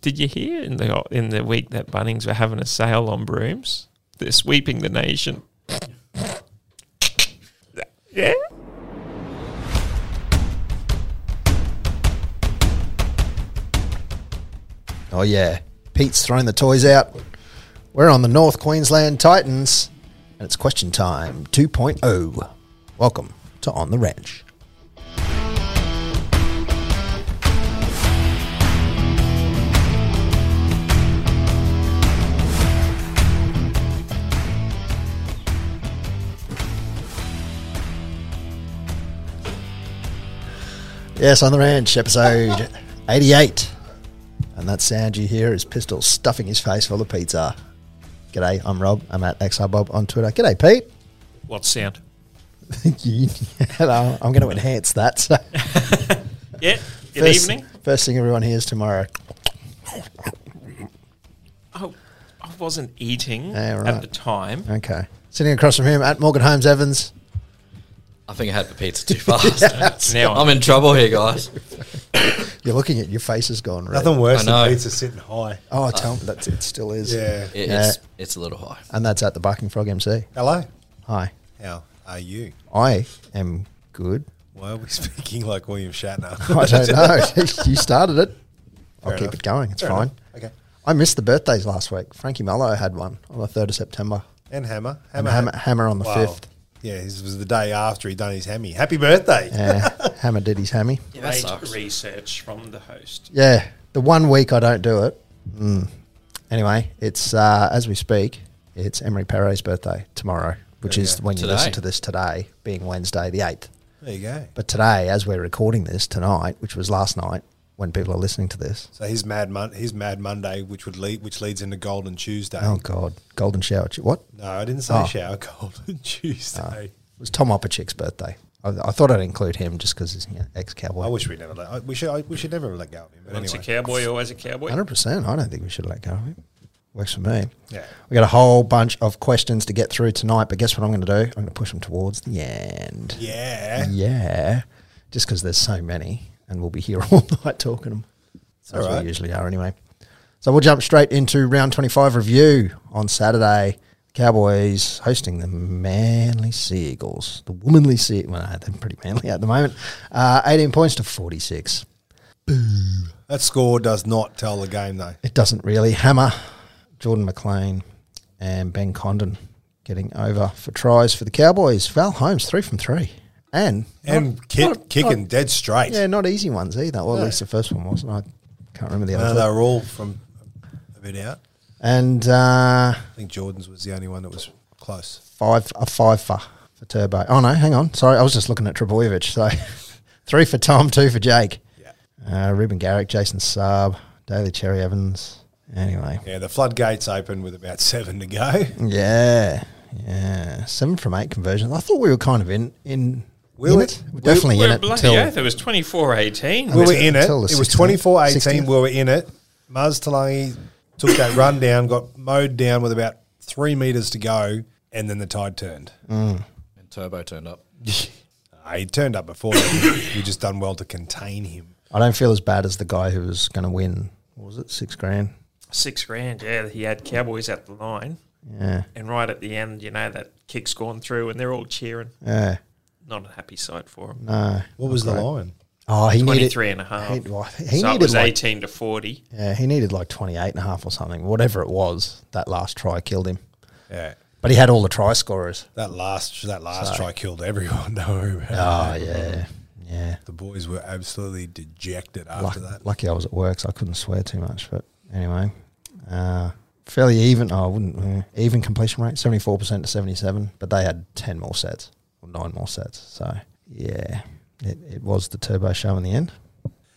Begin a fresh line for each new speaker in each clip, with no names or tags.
Did you hear in the in the week that Bunnings were having a sale on brooms? They're sweeping the nation. yeah.
Oh yeah, Pete's thrown the toys out. We're on the North Queensland Titans, and it's question time 2.0. Welcome to On the Ranch. Yes, on the ranch, episode 88. And that sound you hear is Pistol stuffing his face full of pizza. G'day, I'm Rob. I'm at XRBob on Twitter. G'day, Pete.
What sound?
Thank you. Hello. I'm going to enhance that. So
Yeah. Good
first,
evening.
First thing everyone hears tomorrow.
Oh, I wasn't eating
Yeah,
at
right.
the time.
Okay. Sitting across from him at Morgan Holmes Evans.
I think I had the pizza too fast.
Now
I'm in trouble here, guys.
You're looking at your face has gone red.
Nothing worse
I
than
know.
pizza sitting high.
Oh, tell me that it still is.
Yeah.
It,
Yeah.
it's, it's a little high.
And that's at the Barking Frog MC.
Hello.
Hi.
How are you?
I am good.
Why are we speaking like William Shatner?
I don't know. you started it. I'll
Fair
keep
enough.
it going. It's
Fair
fine.
enough. Okay.
I missed the birthdays last week. Frankie Mallow had one on the 3rd of September.
And Hammer.
And Hammer, hammer on the
Wow.
5th.
Yeah, this was the day after he done his hammy. Happy birthday.
Yeah, hammer did his hammy.
Yeah, that
great
sucks.
research from the host.
Yeah, the one week I don't do it. Mm. Anyway, it's uh, as we speak, it's Emery Perre's birthday tomorrow, which
There you
is
go.
when you
Today.
listen to this today, being Wednesday the 8th.
There you go.
But today, as we're recording this tonight, which was last night when people are listening to this,
So his mad mon- his mad Monday, which would lead which leads into Golden Tuesday.
oh God, Golden Shower. Ch- What?
No, I didn't say
Oh.
shower Golden Tuesday.
It was Tom Opachek's birthday. I, I thought I'd include him just because he's you know, ex
I
cowboy.
wish we never let. I, we should. I, we should never let go of him. But
Once
anyway,
a cowboy, always a cowboy.
100%. I don't think we should let go of him. Works for me.
yeah.
We got a whole bunch of questions to get through tonight, but guess what I'm going to do? I'm going to push them towards the end.
Yeah.
Yeah, just because there's so many, and we'll be here all night talking them. As
all right.
we usually are, anyway. So we'll jump straight into round 25 review on Saturday. Cowboys hosting the Manly Seagulls, the womanly Seagulls. Well, no, they're pretty manly at the moment. Uh, 18 points to 46.
That score does not tell the game though.
It doesn't really. Hammer, Jordan McLean, and Ben Condon getting over for tries for the Cowboys. Val Holmes, three from three. And
And kick,
not-
kicking dead straight.
Yeah, not easy ones either. Well, at
No.
least the first one wasn't. I can't remember the
No,
other.
they
two.
were all from a bit out.
And uh,
I think Jordan's was the only one that was close.
five a five for, for Turbo. Oh no, hang on. Sorry, I was just looking at Trebojevic. So three for Tom, two for Jake.
Yeah.
Uh, Ruben Garrick, Jason Saab, Daly Cherry Evans. Anyway,
Yeah, the floodgates open with about seven to go.
yeah, yeah, seven from eight conversions. I thought we were kind of in in.
We
in
were-
it. We're definitely
We're
in it
bloody
until
oath. It was 24 18.
We were
Until-
in it. It
until the
was
16th.
24 18.
16th.
We were in it. Maz Talangi took that run down, got mowed down with about three metres to go, and then the tide turned.
And Turbo turned up.
Uh, he turned up before. then. we just done well to contain him.
I don't feel as bad as the guy who was going to win. What was it six grand?
Six grand. Yeah, he had Cowboys at the line.
Yeah,
And right at the end, you know, that kick's gone through and they're all cheering.
yeah.
Not a happy sight for him.
No,
What was the line?
Oh, he needed
23 and a half.
He, well, he
so it
needed
was
like,
18 to 40.
yeah, he needed like 28 and a half or something. Whatever it was, that last try killed him.
Yeah.
But he had all the try scorers.
That last that last try killed everyone. Don't worry about it.
Oh, yeah. Yeah.
The boys were absolutely dejected
Luck,
after that.
lucky I was at work, so I couldn't swear too much. But anyway, uh, fairly even. Oh, I wouldn't. eh, even completion rate, 74% to 77 But they had 10 more sets or nine more sets. So, yeah, it, it was the turbo show in the end.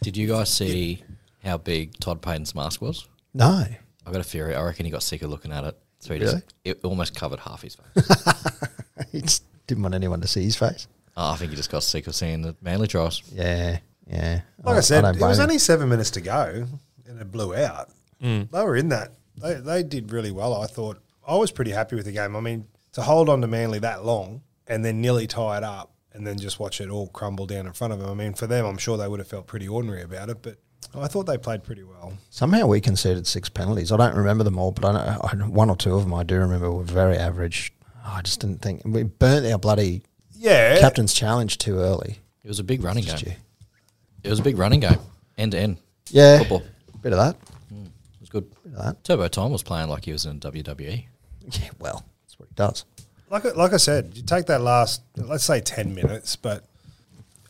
Did you guys see how big Todd Payton's mask was?
No.
I got a theory. I reckon he got sick of looking at it. So he
Really?
just, it almost covered half his face.
he just didn't want anyone to see his face.
Oh, I think he just got sick of seeing the manly trials.
Yeah. Yeah.
Like I, said,
don't
it
blame
was
him.
only seven minutes to go, and it blew out. They were in that. They, they did really well. I thought I was pretty happy with the game. I mean, to hold on to Manly that long and then nearly tie it up, and then just watch it all crumble down in front of them. I mean, for them, I'm sure they would have felt pretty ordinary about it, but I thought they played pretty well.
Somehow we conceded six penalties. I don't remember them all, but I know I, one or two of them I do remember were very average. I just didn't think we burnt our bloody
Yeah,
captain's challenge too early.
It was a big running
Did you?
game. It was a big running game, end to end.
Yeah,
Football.
bit of that.
It was good.
Bit of that.
Turbo Tom was playing like he was in E. WWE.
Yeah, well, that's what he does.
like I- like I said, you take that last let's say ten minutes, but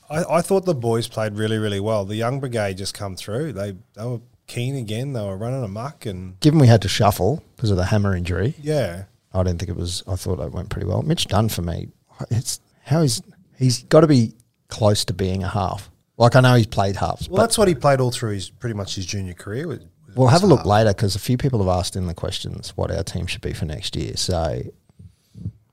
I, I thought the boys played really really well. The young brigade just come through. They they were keen again. They were running amok and
Given we had to shuffle because of the hammer injury,
yeah,
I didn't think it was. I thought it went pretty well. Mitch Dunn for me. It's how he's he's got to be close to being a half. Like I know he's played halves.
Well, that's what he played all through his pretty much his junior career. With, with
We'll have a look
Saab.
later because a few people have asked in the questions what our team should be for next year. So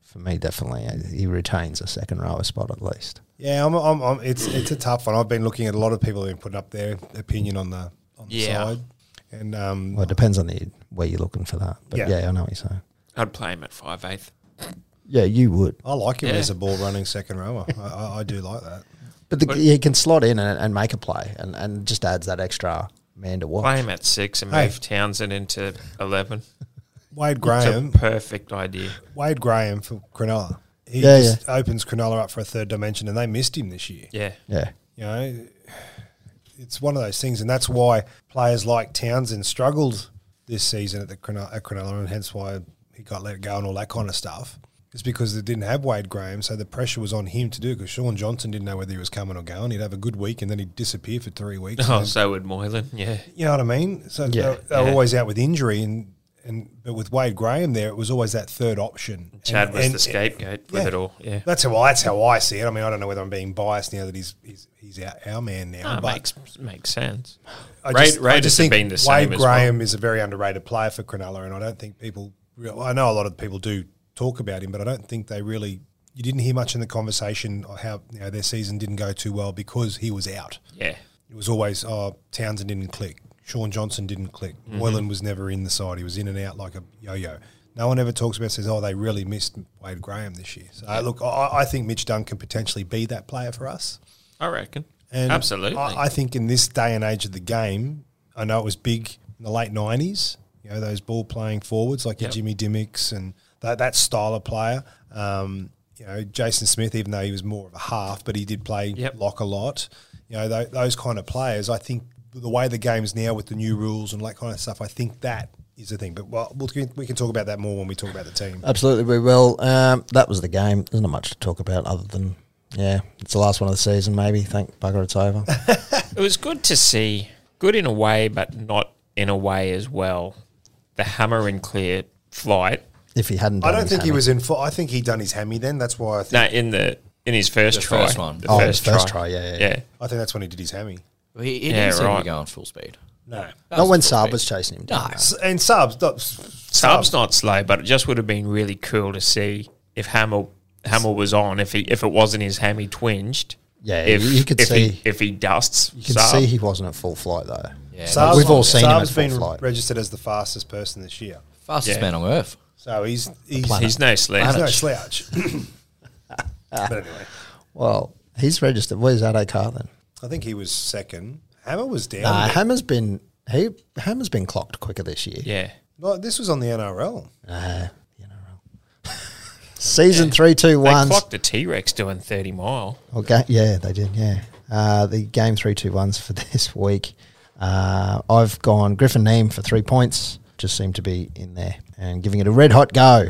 for me, definitely, uh, he retains a second rower spot at least.
Yeah, I'm, I'm, I'm, it's it's a tough one. I've been looking at a lot of people who've been putting up their opinion on the on the
Yeah.
side, and um,
Well, it depends on the where you're looking for that. But
Yeah.
yeah, I know what you're saying.
I'd play him at five eighth.
Yeah, you would.
I like him
Yeah.
as a ball running second rower. I, I, I do like that.
But the,
But-
he can slot in and, and make a play and, and just adds that extra man to watch.
Play him at six and
Hey.
move Townsend into eleven.
Wade
It's
Graham,
a perfect idea.
Wade Graham for Cronulla. He
Yeah,
just opens Cronulla up for a third dimension, and they missed him this year.
Yeah.
Yeah.
You know, it's one of those things, and that's why players like Townsend struggled this season at the Cronulla, at Cronulla and hence why he got let go and all that kind of stuff. It's because they didn't have Wade Graham, so the pressure was on him to do. Because Sean Johnson didn't know whether he was coming or going. He'd have a good week, and then he'd disappear for three weeks. and
Oh,
then-
so would Moylan. Yeah.
you know what I mean? So
Yeah,
they're, they're
yeah.
always out with injury, and and but with Wade Graham there, it was always that third option. And-
Chad was
and-
the scapegoat
yeah.
with it all. Yeah.
That's how I, that's how I see it. I mean, I don't know whether I'm being biased now that he's he's, he's our, our man now,
No,
but
Ah, makes makes sense.
I
Ra-
just, I
Raiders
just
have
think
been the
Wade
same as well.
Graham is a very underrated player for Cronulla, and I don't think people. Real, I know a lot of people do talk about him, but I don't think they really. You didn't hear much in the conversation of how you know, their season didn't go too well because he was out.
Yeah.
It was always oh Townsend didn't click, Sean Johnson didn't click,
Mm-hmm.
Moylan was never in the side. He was in and out like a yo-yo. No one ever talks about says oh they really missed Wade Graham this year. So look, I, I think Mitch Dunn can potentially be that player for us.
I reckon.
And
Absolutely.
I, I think in this day and age of the game, I know it was big in the late nineties. You know those ball playing forwards
Yep.
like your Jimmy Dimmicks and that, that style of player. Um, you know Jason Smith, even though he was more of a half, but he did play
Yep.
lock a lot. You know tho- those kind of players. I think the way the game's now with the new rules and all that kind of stuff, I think that is the thing. But well, we'll we can talk about that more when we talk about the team.
Absolutely, we will. Um, that was the game. There's not much to talk about other than, yeah, it's the last one of the season, maybe. Thank bugger it's over.
It was good to see, good in a way, but not in a way as well. The hammer and clear flight.
if he hadn't
I
done
don't
his
think he
hammy.
was in. Full, I think he done his hammy then. That's why I think.
No, in the in his first
The
try,
first one.
the
Oh, the
first,
first
try.
try, yeah, yeah,
yeah.
yeah.
I think that's when he did his hammy.
He, he
Yeah,
didn't seem to
right.
be going full speed.
No.
Not when Saab was chasing him. down.
No.
S- and subs. not-
Sub's not slow, but it just would have been really cool to see if Hammer Hammer was on. If he if it wasn't his hammy twinged,
Yeah,
If
you- you could
if
see-
he, if he dusts,
You can
Saab.
see he wasn't at full flight, though.
Yeah,
Saab's-
We've all seen him
Saab's
at full
been
flight.
registered as the fastest person this year,
fastest
Yeah.
man on earth.
so he's he's, he's,
he's no slouch.
no slouch. but anyway,
Well, he's registered. Where's Ade Car then?
I think he was second. Hammer was down.
Nah,
a bit.
Hammer's been he Hammer's been clocked quicker this year.
Yeah,
Well, this was on the NRL.
Nah, you know. Season three, two,
they
ones.
clocked a T Rex doing thirty mile.
Well, ga- yeah, they did. Yeah, uh, the game three two ones for this week. Uh, I've gone Griffin Neem for three points. Just seemed to be in there and giving it a red hot go,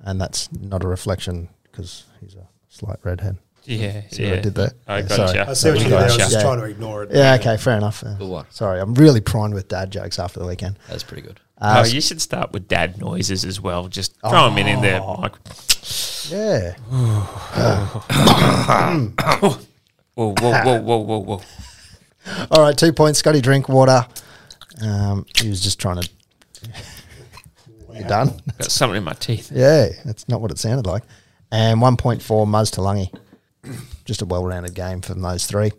and that's not a reflection because he's a slight redhead.
Yeah,
See
yeah.
what I did there?
I
Yeah,
gotcha.
sorry.
I see what you
I
did there. I was
gotcha.
just
Yeah.
trying to ignore it.
Yeah, okay, fair enough. Uh,
Good one.
Sorry, I'm really primed with dad jokes after the weekend.
That's pretty good.
oh, you should start with dad noises as well. Just throw him in in there,
Oh.
Mike.
Yeah,
Whoa, whoa, whoa, whoa, whoa, whoa.
All right, two points. Scotty Drinkwater. Um, he was just trying to. You done?
Got something in my teeth.
Yeah, that's not what it sounded like. And one point for Muzz Talangi. Just a well-rounded game from those three.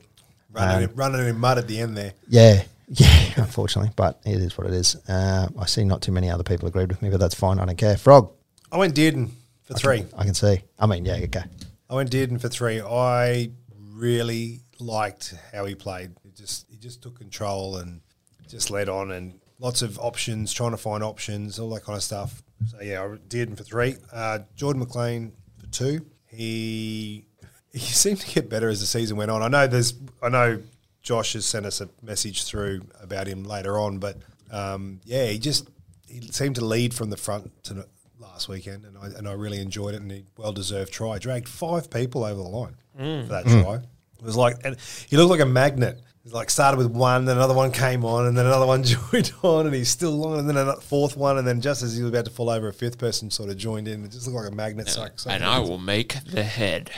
Running, in, running in mud at the end there.
Yeah, yeah. Unfortunately, but it is what it is. Uh, I see not too many other people agreed with me, but that's fine. I don't care. Frog,
I went Dearden for three.
I can see. I mean, yeah, okay.
I went Dearden for three. I really liked how he played. He just he just took control and just led on and lots of options, trying to find options, all that kind of stuff. So yeah, I did him for three. Uh, Jordan McLean for two. He he seemed to get better as the season went on. I know there's I know Josh has sent us a message through about him later on, but um, yeah, he just he seemed to lead from the front to last weekend, and I and I really enjoyed it, and he well deserved try. Dragged five people over the line for that try. It was like, and he looked like a magnet. It like started with one, then another one came on, and then another one joined on, and he's still on, and then another fourth one, and then just as he was about to fall over, a fifth person sort of joined in. It just looked like a magnet. so- so-
and I will make the head.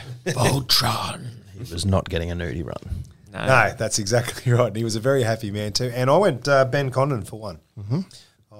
Voltron.
He was not getting a nudie run.
No.
No, that's exactly right. And he was a very happy man too. And I went uh, Ben Condon for one. Mm-hmm.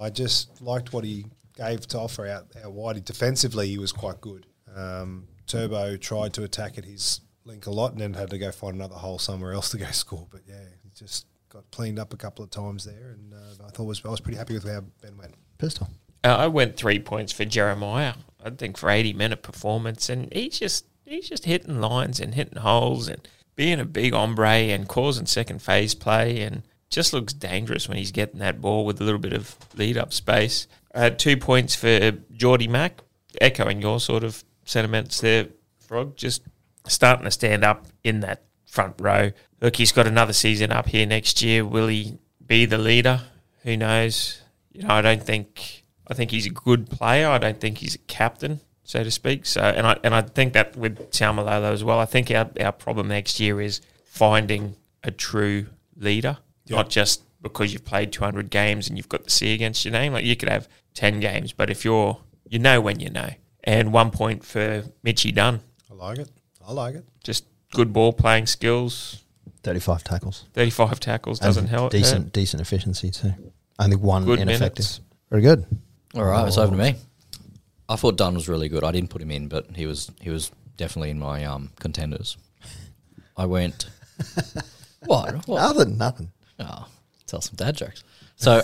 I just liked what he gave to offer out, out wide. Defensively, he was quite good. Um, Turbo tried to attack at his link a lot, and then had to go find another hole somewhere else to go score. But yeah, he just got cleaned up a couple of times there, and uh, I thought was I was pretty happy with how Ben went.
Pistol.
Uh, I went three points for Jeremiah. I think for eighty minute performance, and he's just he's just hitting lines and hitting holes and being a big ombre and causing second phase play and just looks dangerous when he's getting that ball with a little bit of lead up space. Uh, two points for Geordie Mack, echoing your sort of sentiments there, Frog. Just starting to stand up in that front row. Look, he's got another season up here next year. Will he be the leader? Who knows? You know, I don't think. I think he's a good player. I don't think he's a captain, so to speak. So, and I and I think that with Taumalolo as well. I think our our problem next year is finding a true leader, not just because you've played 200 games and you've got the C against your name. Like you could have 10 games, but if you're you know when you know. And one point for Mitchy Dunn
I like it. I like it.
just good ball playing skills.
35 tackles.
35 tackles doesn't
And
help.
Decent, decent efficiency too. Only one
Good
ineffective.
minutes.
Very good.
All right, it's over to me. Oh, I thought Dunn was really good. I didn't put him in, but he was he was definitely in my um, contenders. I went. what? What?
Other than nothing.
Oh, tell some dad jokes. So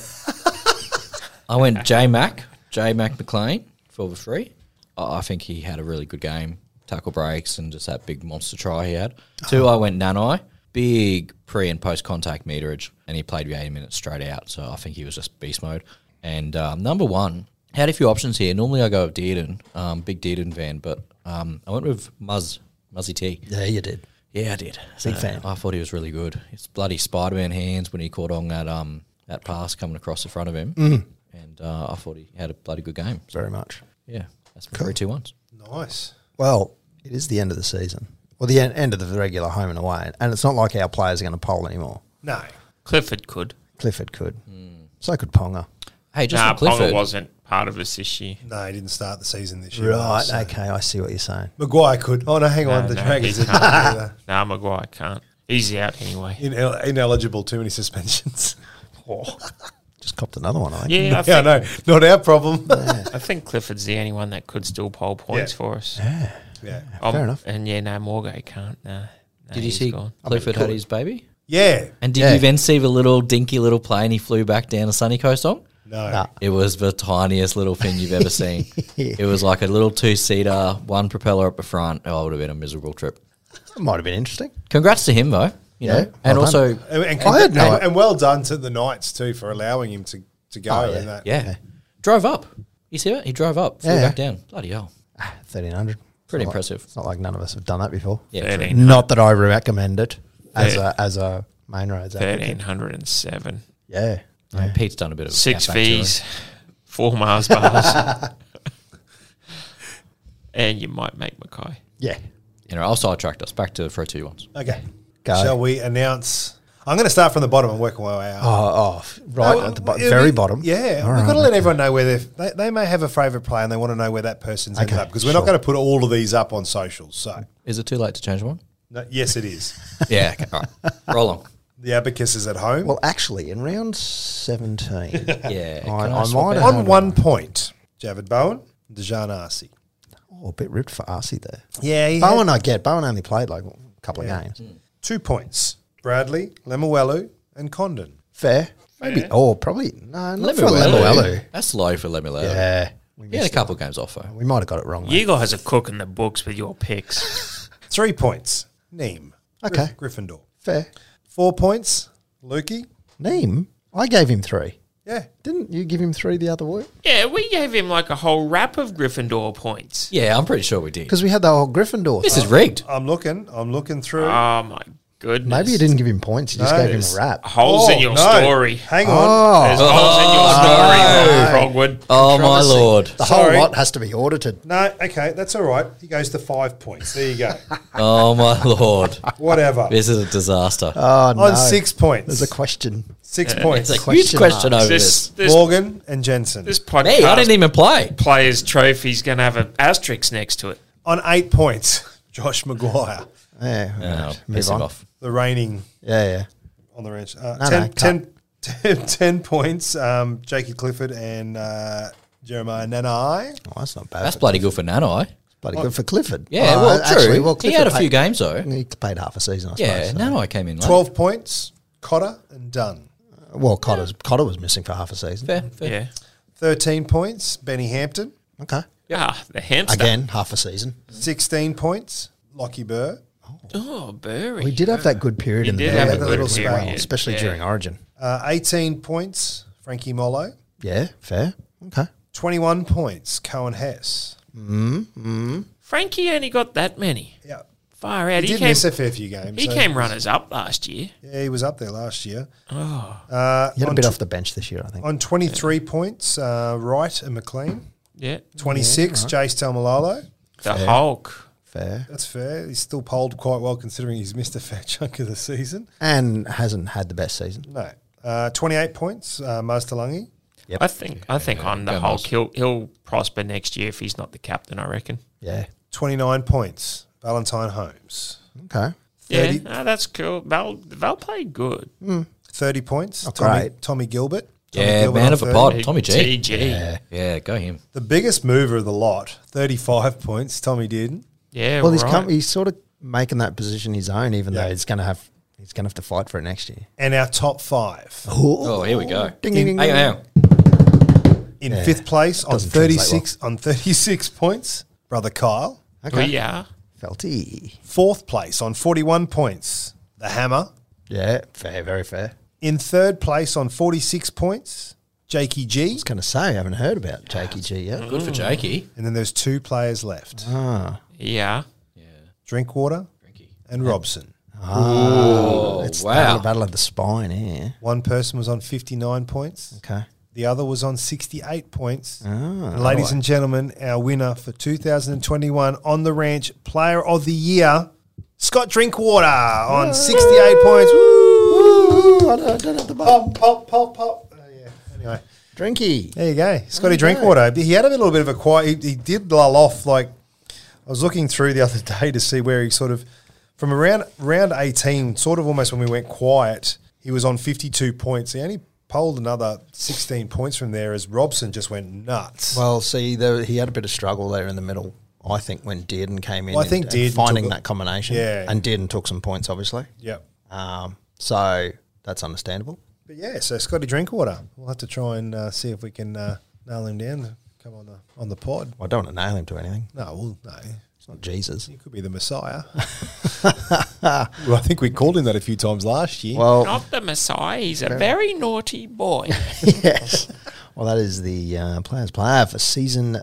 I went J Mac, J Mac McLean for the free. I I think he had a really good game, tackle breaks, and just that big monster try he had. Two, I went Nanai, big pre and post contact meterage, and he played the 80 minutes straight out. So I think he was just beast mode. And um, number one, had a few options here. Normally I go with Dearden, um, big Dearden van, but um, I went with Muzz, Muzzy T.
Yeah, you did.
Yeah, I did.
Big fan.
I thought he was really good. It's bloody Spider Man hands when he caught on that um that pass coming across the front of him,
Mm.
and uh, I thought he had a bloody good game. So,
Very much.
yeah, that's three two ones.
Nice.
Well, it is the end of the season. Well, the en- end of the regular home and away. And it's not like our players are going to poll anymore.
No,
Clifford could.
Clifford could.
Hmm.
So could Ponga.
Hey, just
Nah,
for Clifford.
Ponga wasn't part of us this year.
no, he didn't start the season this year.
Right.
so-
Okay. I see what you're saying.
Maguire could. Oh no, hang on.
No,
the
no,
Dragons
he
didn't do that.
Nah, Maguire can't. He's out anyway.
Inel- ineligible. Too many suspensions.
Just copped another one, I think.
Yeah, I
yeah,
think,
no, not our problem.
I think Clifford's the only one that could still poll points
Yeah.
for us.
yeah,
Um,
Fair enough.
And yeah, no, Morgay can't. No, no
did you
he's
see
gone.
Clifford had his baby?
yeah.
And did
Yeah.
you then see the little dinky little plane he flew back down to Sunny Coast on?
No,
Nah.
It was the tiniest little thing you've ever seen. It was like a little two seater, one propeller up the front. Oh, it would have been a miserable trip.
It might have been interesting.
Congrats to him though. You
Yeah,
know, and
well done.
also
and, and,
I had no-
and, and well done to the Knights too for allowing him to to go
Oh, yeah.
in that.
Yeah. Drove up. You see that? He drove up, flew
Yeah.
back down. Bloody hell.
1300.
Pretty
It's not like-
impressive.
it's not like none of us have done that before.
Yeah. true.
13,
Not that I recommend it as
Yeah.
a as a main roads applicant.
1307.
Yeah.
And Pete's done a bit of
Six
outback touring.
Vs, four Mars bars. and you might make Mackay.
Yeah.
Anyway, I'll sidetrack us back to the three two ones.
Okay,
Go.
shall we announce? I'm going to start from the bottom and work my way out.
Oh, oh f- right
No,
at the bo-
it'll
very
be-
bottom.
Yeah,
All
we've
right,
got to let
okay.
everyone know where they're, they they may have a favourite player and they want to know where that person's ended
Okay,
up because we're not
sure.
going to put all of these up on socials. So,
Is it too late to change one?
no, yes, it is.
yeah. Okay. All right. Roll on.
The abacus is at home
Well, actually, in round 17,
Yeah.
I,
can
I,
swap
might
out?
have.
on one point. Javid Bowen, Dejan Arce.
Oh, a bit ripped for Arcee there.
Yeah, he had-
Bowen, I get. Bowen only played like a couple of games.
two points. Bradley, Lemuelu, and Condon.
Fair. Maybe. Oh, probably. No, not for
Lemuelu.
Lemuelu.
That's low for Lemuelu.
Yeah. We,
He had a
missed-
couple of games off though.
we might have got it wrong. mate.
You guys are cooking the books with your picks.
Three points. Neem.
Okay.
Gryff- Gryffindor.
Fair.
Four points, Lukey.
Neem, I gave him three.
Yeah.
Didn't you give him three the other week?
Yeah, we gave him like a whole wrap of Gryffindor points.
Yeah, I'm pretty sure we did.
Because we had the whole Gryffindor.
This
thing.
is rigged.
I'm looking. I'm looking through.
Oh my goodness.
Maybe you didn't give him points. You just
No,
gave him
it's-
a rap.
Holes in
Oh,
your
no.
story.
Hang on.
Oh,
There's holes in your story, Frogwood.
Oh my lord.
the
Sorry.
whole lot has to be audited.
No, okay, that's all right. He goes to five points. There you go.
Oh my lord.
Whatever.
This is a disaster.
Oh no!
On six points.
There's a question.
six points.
it's a huge
question
question
marks.
over
This,
this.
this,
Morgan and Jensen.
this podcast
Me, I didn't even play.
players' trophy's going to have an asterisk next to it.
on eight points, Josh Maguire,
Yeah,
Oh,
right. move
piss him
on.
off.
the reigning
Yeah, yeah.
on the ranch. Uh,
No, no,
10,
cut.
10 10 10 points, um, Jakey Clifford and uh, Jeremiah Nanai.
Oh, that's not bad.
That's
That's
bloody good for eh? Nanai.
bloody good for Clifford.
Yeah,
Oh,
well, true.
actually, well,
he had a
Clifford paid-
few games though.
He played half a season, I
Yeah,
suppose. so.
Nanai came in late.
12 points, Cotter and Dunn.
Well, Cotter's, Cotter was missing for half a season.
Fair, fair.
Yeah.
13 points, Benny Hampton.
Okay.
Ah, the hamster.
Again, half a season.
16 points, Lockie Burr.
Oh, Burry.
We did have that good period
We
in the
did
middle
have
of
a
the
good
league as well,
period,
especially
yeah.
during Origin.
Uh, 18 points, Frankie Mollo.
Yeah, fair. Okay.
21 points, Cohen Hess.
Frankie only got that many.
Yeah.
Far out.
He
He,
did
came,
miss a fair few games.
he
so-
came runners up last year.
Yeah, he was up there last year. Uh,
You had a
on,
bit
tw-
off the bench this year, I think.
on 23 points, uh, Wright and McLean.
Yeah.
26, Jace Talmalolo.
The Hulk.
Fair.
That's fair. He's still polled quite well considering he's missed a fair chunk of the season.
And hasn't had the best season.
No. Uh, 28 points, uh, Mastalangi.
Yep.
I think I think on the
go
Hulk
Mouse.
he'll he'll prosper next year if he's not the captain. I reckon.
Yeah.
29 points, Valentine Holmes.
Okay.
30,
Yeah, no, that's cool. Val Val played good.
30 points,
Not
Tommy,
great.
Tommy Gilbert. Tommy
Yeah,
Gilbert
man
on
of a
30.
pod. Tommy G.
TG. Yeah.
Yeah.
Yeah, go him.
The biggest mover of the lot, 35 points, Tommy Dearden.
Well, he's,
right.
come, he's sort of making that position his own, even
Yeah.
though he's going to have he's going to have to fight for it next year.
And our top five.
Oh, here we go.
Ding, ding, ding,
Hey,
ding.
hey.
In fifth place on
doesn't translate
36, on 36 points, Brother Kyle.
Okay.
We are.
Felty.
Fourth place on 41 points, The Hammer.
Yeah, fair, very fair.
In third place on 46 points, Jakey G.
I was going to say, I haven't heard about Jakey G yet.
Good for Jakey.
And then there's two players left
Ah,
Yeah.
Yeah.
Drinkwater
Drinky.
and Robson.
Oh,
it's wow. the
wow.
battle of the spine here.
One person was on 59 points,
Okay.
the other was on 68 points.
Ah,
And ladies
alright.
and gentlemen, our winner for 2021 on the ranch player of the year, Scott Drinkwater on 68 points. Woo!
I don't, I don't have the button.
Pop, pop, pop, pop. Oh, yeah. Anyway.
Drinky.
There you go, Scotty Drinkwater. He had a little bit of a quiet. He, he did lull off. Like I was looking through the other day to see where he sort of from around round eighteen, sort of almost when we went quiet, he was on fifty two points. He only polled another sixteen points from there as Robson just went nuts.
Well, see, there, he had a bit of struggle there in the middle. I think when Dearden came in,
Well, I
and-
think
and
Dearden
finding
took a-
that combination,
Yeah.
and Dearden took some points, obviously.
yeah,
Um, so that's understandable.
but yeah, so Scotty Drinkwater, we'll have to try and uh, see if we can uh, nail him down. Come on the on the pod.
I don't want to nail him to anything.
No, well, no.
It's not Jesus.
He could be the Messiah. well, I think we called him that a few times last year.
Well,
Not the Messiah. He's a very naughty boy.
yes. Well, that is the uh, players' player for season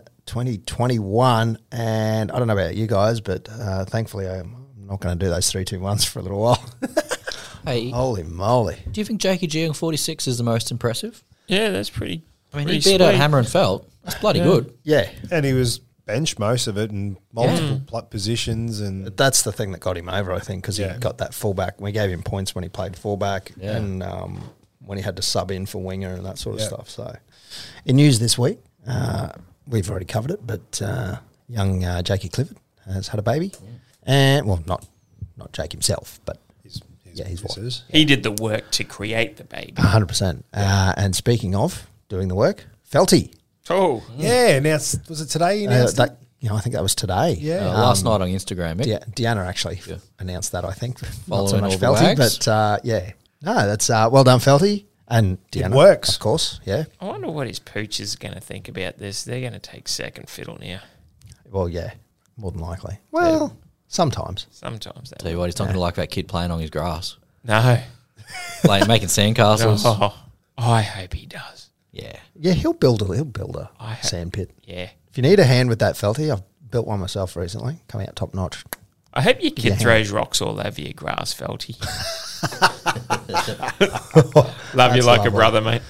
2021, and I don't know about you guys, but uh, thankfully I'm not going to do those three two ones for a little while.
Hey,
Holy moly!
do you think Jakey G on 46 is the most impressive?
yeah, that's pretty.
I mean,
pretty
he beat out
sweet.
Hammer and Felt. That's bloody good.
Yeah,
and he was bench most of it in multiple pl- positions and
But that's the thing that got him over, I think, because
Yeah.
he got that fullback. We gave him points when he played fullback and um, when he had to sub in for winger and that sort of
Yeah.
stuff. So, in news this week, uh, we've already covered it, but uh, young uh, Jakey Clifford has had a baby, and well, not not Jake himself, but
his, his
Yeah, he's what?
missus.
He did the work to create the baby.
hundred percent. Uh, and speaking of doing the work, Felty,
Oh,
Yeah, now s- was it today? He
Mm. uh,
announced
that you know, I think that was today.
Yeah.
Uh, last night on Instagram, Mick.
Um, Yeah, Deanna actually announced that. I think not so
Following
much
all the
Felty,
wags.
but uh, yeah, no, that's uh, well done, Felty, and Deanna.
works.
of course. Yeah,
I wonder what his pooch is going to think about this. They're going to take second fiddle now.
well, yeah, more than likely. Well, sometimes
Sometimes that.
Tell you what, he's not going to like that kid playing on his grass.
No.
like making sandcastles.
Oh, I hope he does.
Yeah.
Yeah, he'll build a he'll build a
I ha-
sand pit.
Yeah.
If you need a hand with that, Felty, I've built one myself recently. Coming out top notch.
I hope your kid
Yeah.
throws rocks all over your grass, Felty. Love you
That's
like a
lovely.
brother, mate.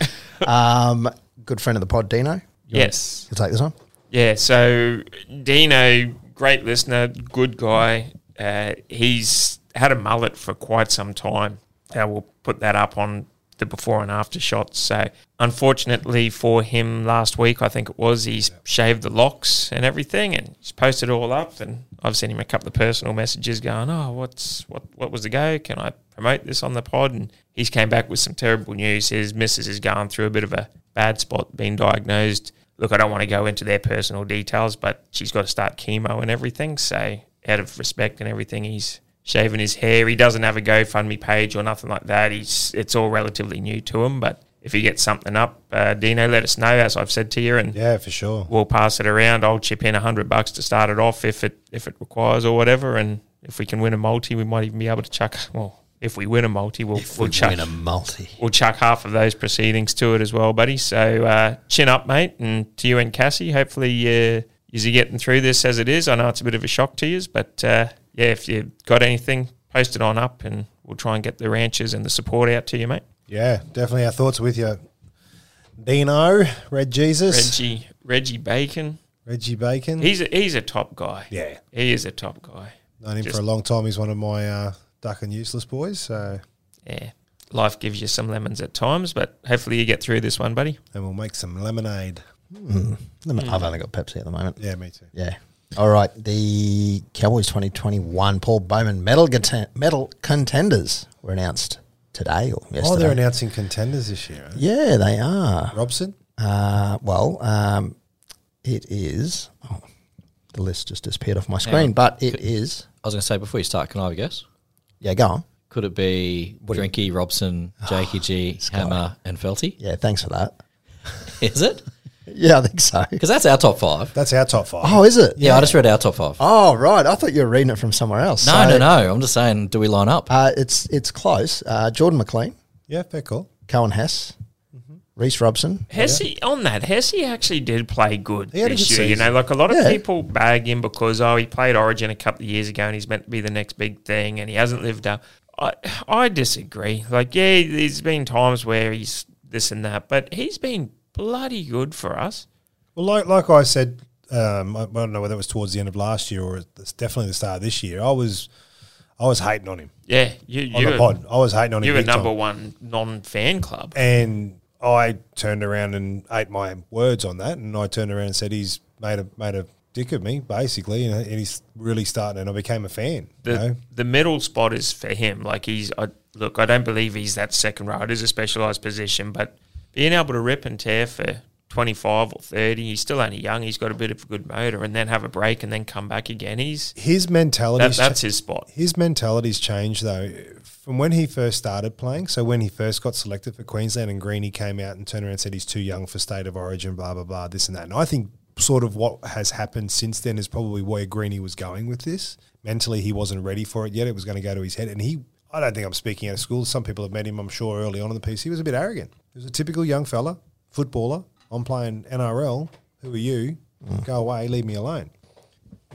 Um, good friend of the pod, Dino.
yes.
You'll take this one.
Yeah, so Dino, great listener, good guy. Uh, he's had a mullet for quite some time. Uh, we'll put that up on the before and after shots. So, unfortunately for him, last week, I think it was, he's shaved the locks and everything and he's posted it all up. And I've sent him a couple of personal messages going, Oh, what's what, what was the go? Can I promote this on the pod? And he's came back with some terrible news. His missus is going through a bit of a bad spot, being diagnosed look, I don't want to go into their personal details, but she's got to start chemo and everything. So, out of respect and everything, he's shaving his hair. He doesn't have a GoFundMe page or nothing like that. He's it's all relatively new to him. But if he gets something up, uh, Dino, let us know, as I've said to you, and
Yeah, for sure.
we'll pass it around. I'll chip in a hundred bucks to start it off if it if it requires or whatever. And if we can win a multi, we might even be able to chuck. Well, if we win a multi, we'll we'll chuck
multi.
we'll chuck half of those proceedings to it as well, buddy. So uh, chin up, mate, and to you and Cassie. Hopefully, uh, is you getting through this as it is? I know it's a bit of a shock to you, but uh, yeah, if you got anything, post it on up, and we'll try and get the ranchers and the support out to you, mate.
Yeah, definitely. Our thoughts are with you, Dino, Red Jesus,
Reggie, Reggie Bacon.
Reggie Bacon.
He's a, he's a top guy.
yeah,
He is a top guy.
known him
Just-
for a long time. He's one of my uh, duck and useless boys. So,
Yeah. Life gives you some lemons at times, but hopefully you get through this one, buddy.
and we'll make some lemonade.
I've only got Pepsi at the moment.
Yeah, me too.
Yeah. All right. The Cowboys 2021 Paul Bowman medal, conten- medal contenders were announced today or yesterday.
Oh, they're announcing contenders this year. eh?
yeah, they are.
Robson,
Uh, well, um, it is. Oh, the list just disappeared off my screen, but it is.
I was going to say before you start, can I have a guess?
Yeah, go on.
Could it be Drinky, Robson, Jakey G, Hammer, and Felty?
Yeah, thanks for that.
Is it?
Yeah, I think so.
Because that's our top five.
that's our top five.
Oh, is it?
Yeah, I just read our top five.
Oh, right. I thought you were reading it from somewhere else.
no,
So,
no, no. I'm just saying, do we line up?
Uh, it's it's close. Uh, Jordan McLean,
Yeah, fair call.
Cohen Hess,
Mm-hmm.
Reese Robson.
Hesse on that, Hesse actually did play good
He had a
this
good
year. You
season.
know, like a lot of
Yeah.
people bag him because oh, he played Origin a couple of years ago and he's meant to be the next big thing, and he hasn't lived up. I I disagree. Like, yeah, there's been times where he's this and that, but he's been bloody good for us.
Well, like like I said, um, I, I don't know whether it was towards the end of last year or it's definitely the start of this year. I was, I was hating on him
Yeah, you
on
you
the pod. I was hating on
you
him.
were
big time.
number one non fan club.
and I turned around and ate my words on that, and I turned around and said he's made a made a dick of me basically, and, and he's really starting. And I became a fan.
the
you know?
the middle spot is for him. Like he's I, look, I don't believe he's that second row. It is a specialised position, but being able to rip and tear for twenty five or thirty, he's still only young. He's got a bit of a good motor, and then have a break and then come back again. He's
His
that,
mentality's
that's his spot.
His mentality's changed though from when he first started playing. So when he first got selected for Queensland and Green, he came out and turned around and said he's too young for state of origin, blah blah blah, this and that. And I think sort of what has happened since then is probably where Greeny was going with this. Mentally, he wasn't ready for it yet. It was going to go to his head, and he. I don't think I'm speaking out of school. Some people have met him, I'm sure, early on in the piece. He was a bit arrogant. He was a typical young fella, footballer. I'm playing NRL. Who are you? Go away. Leave me alone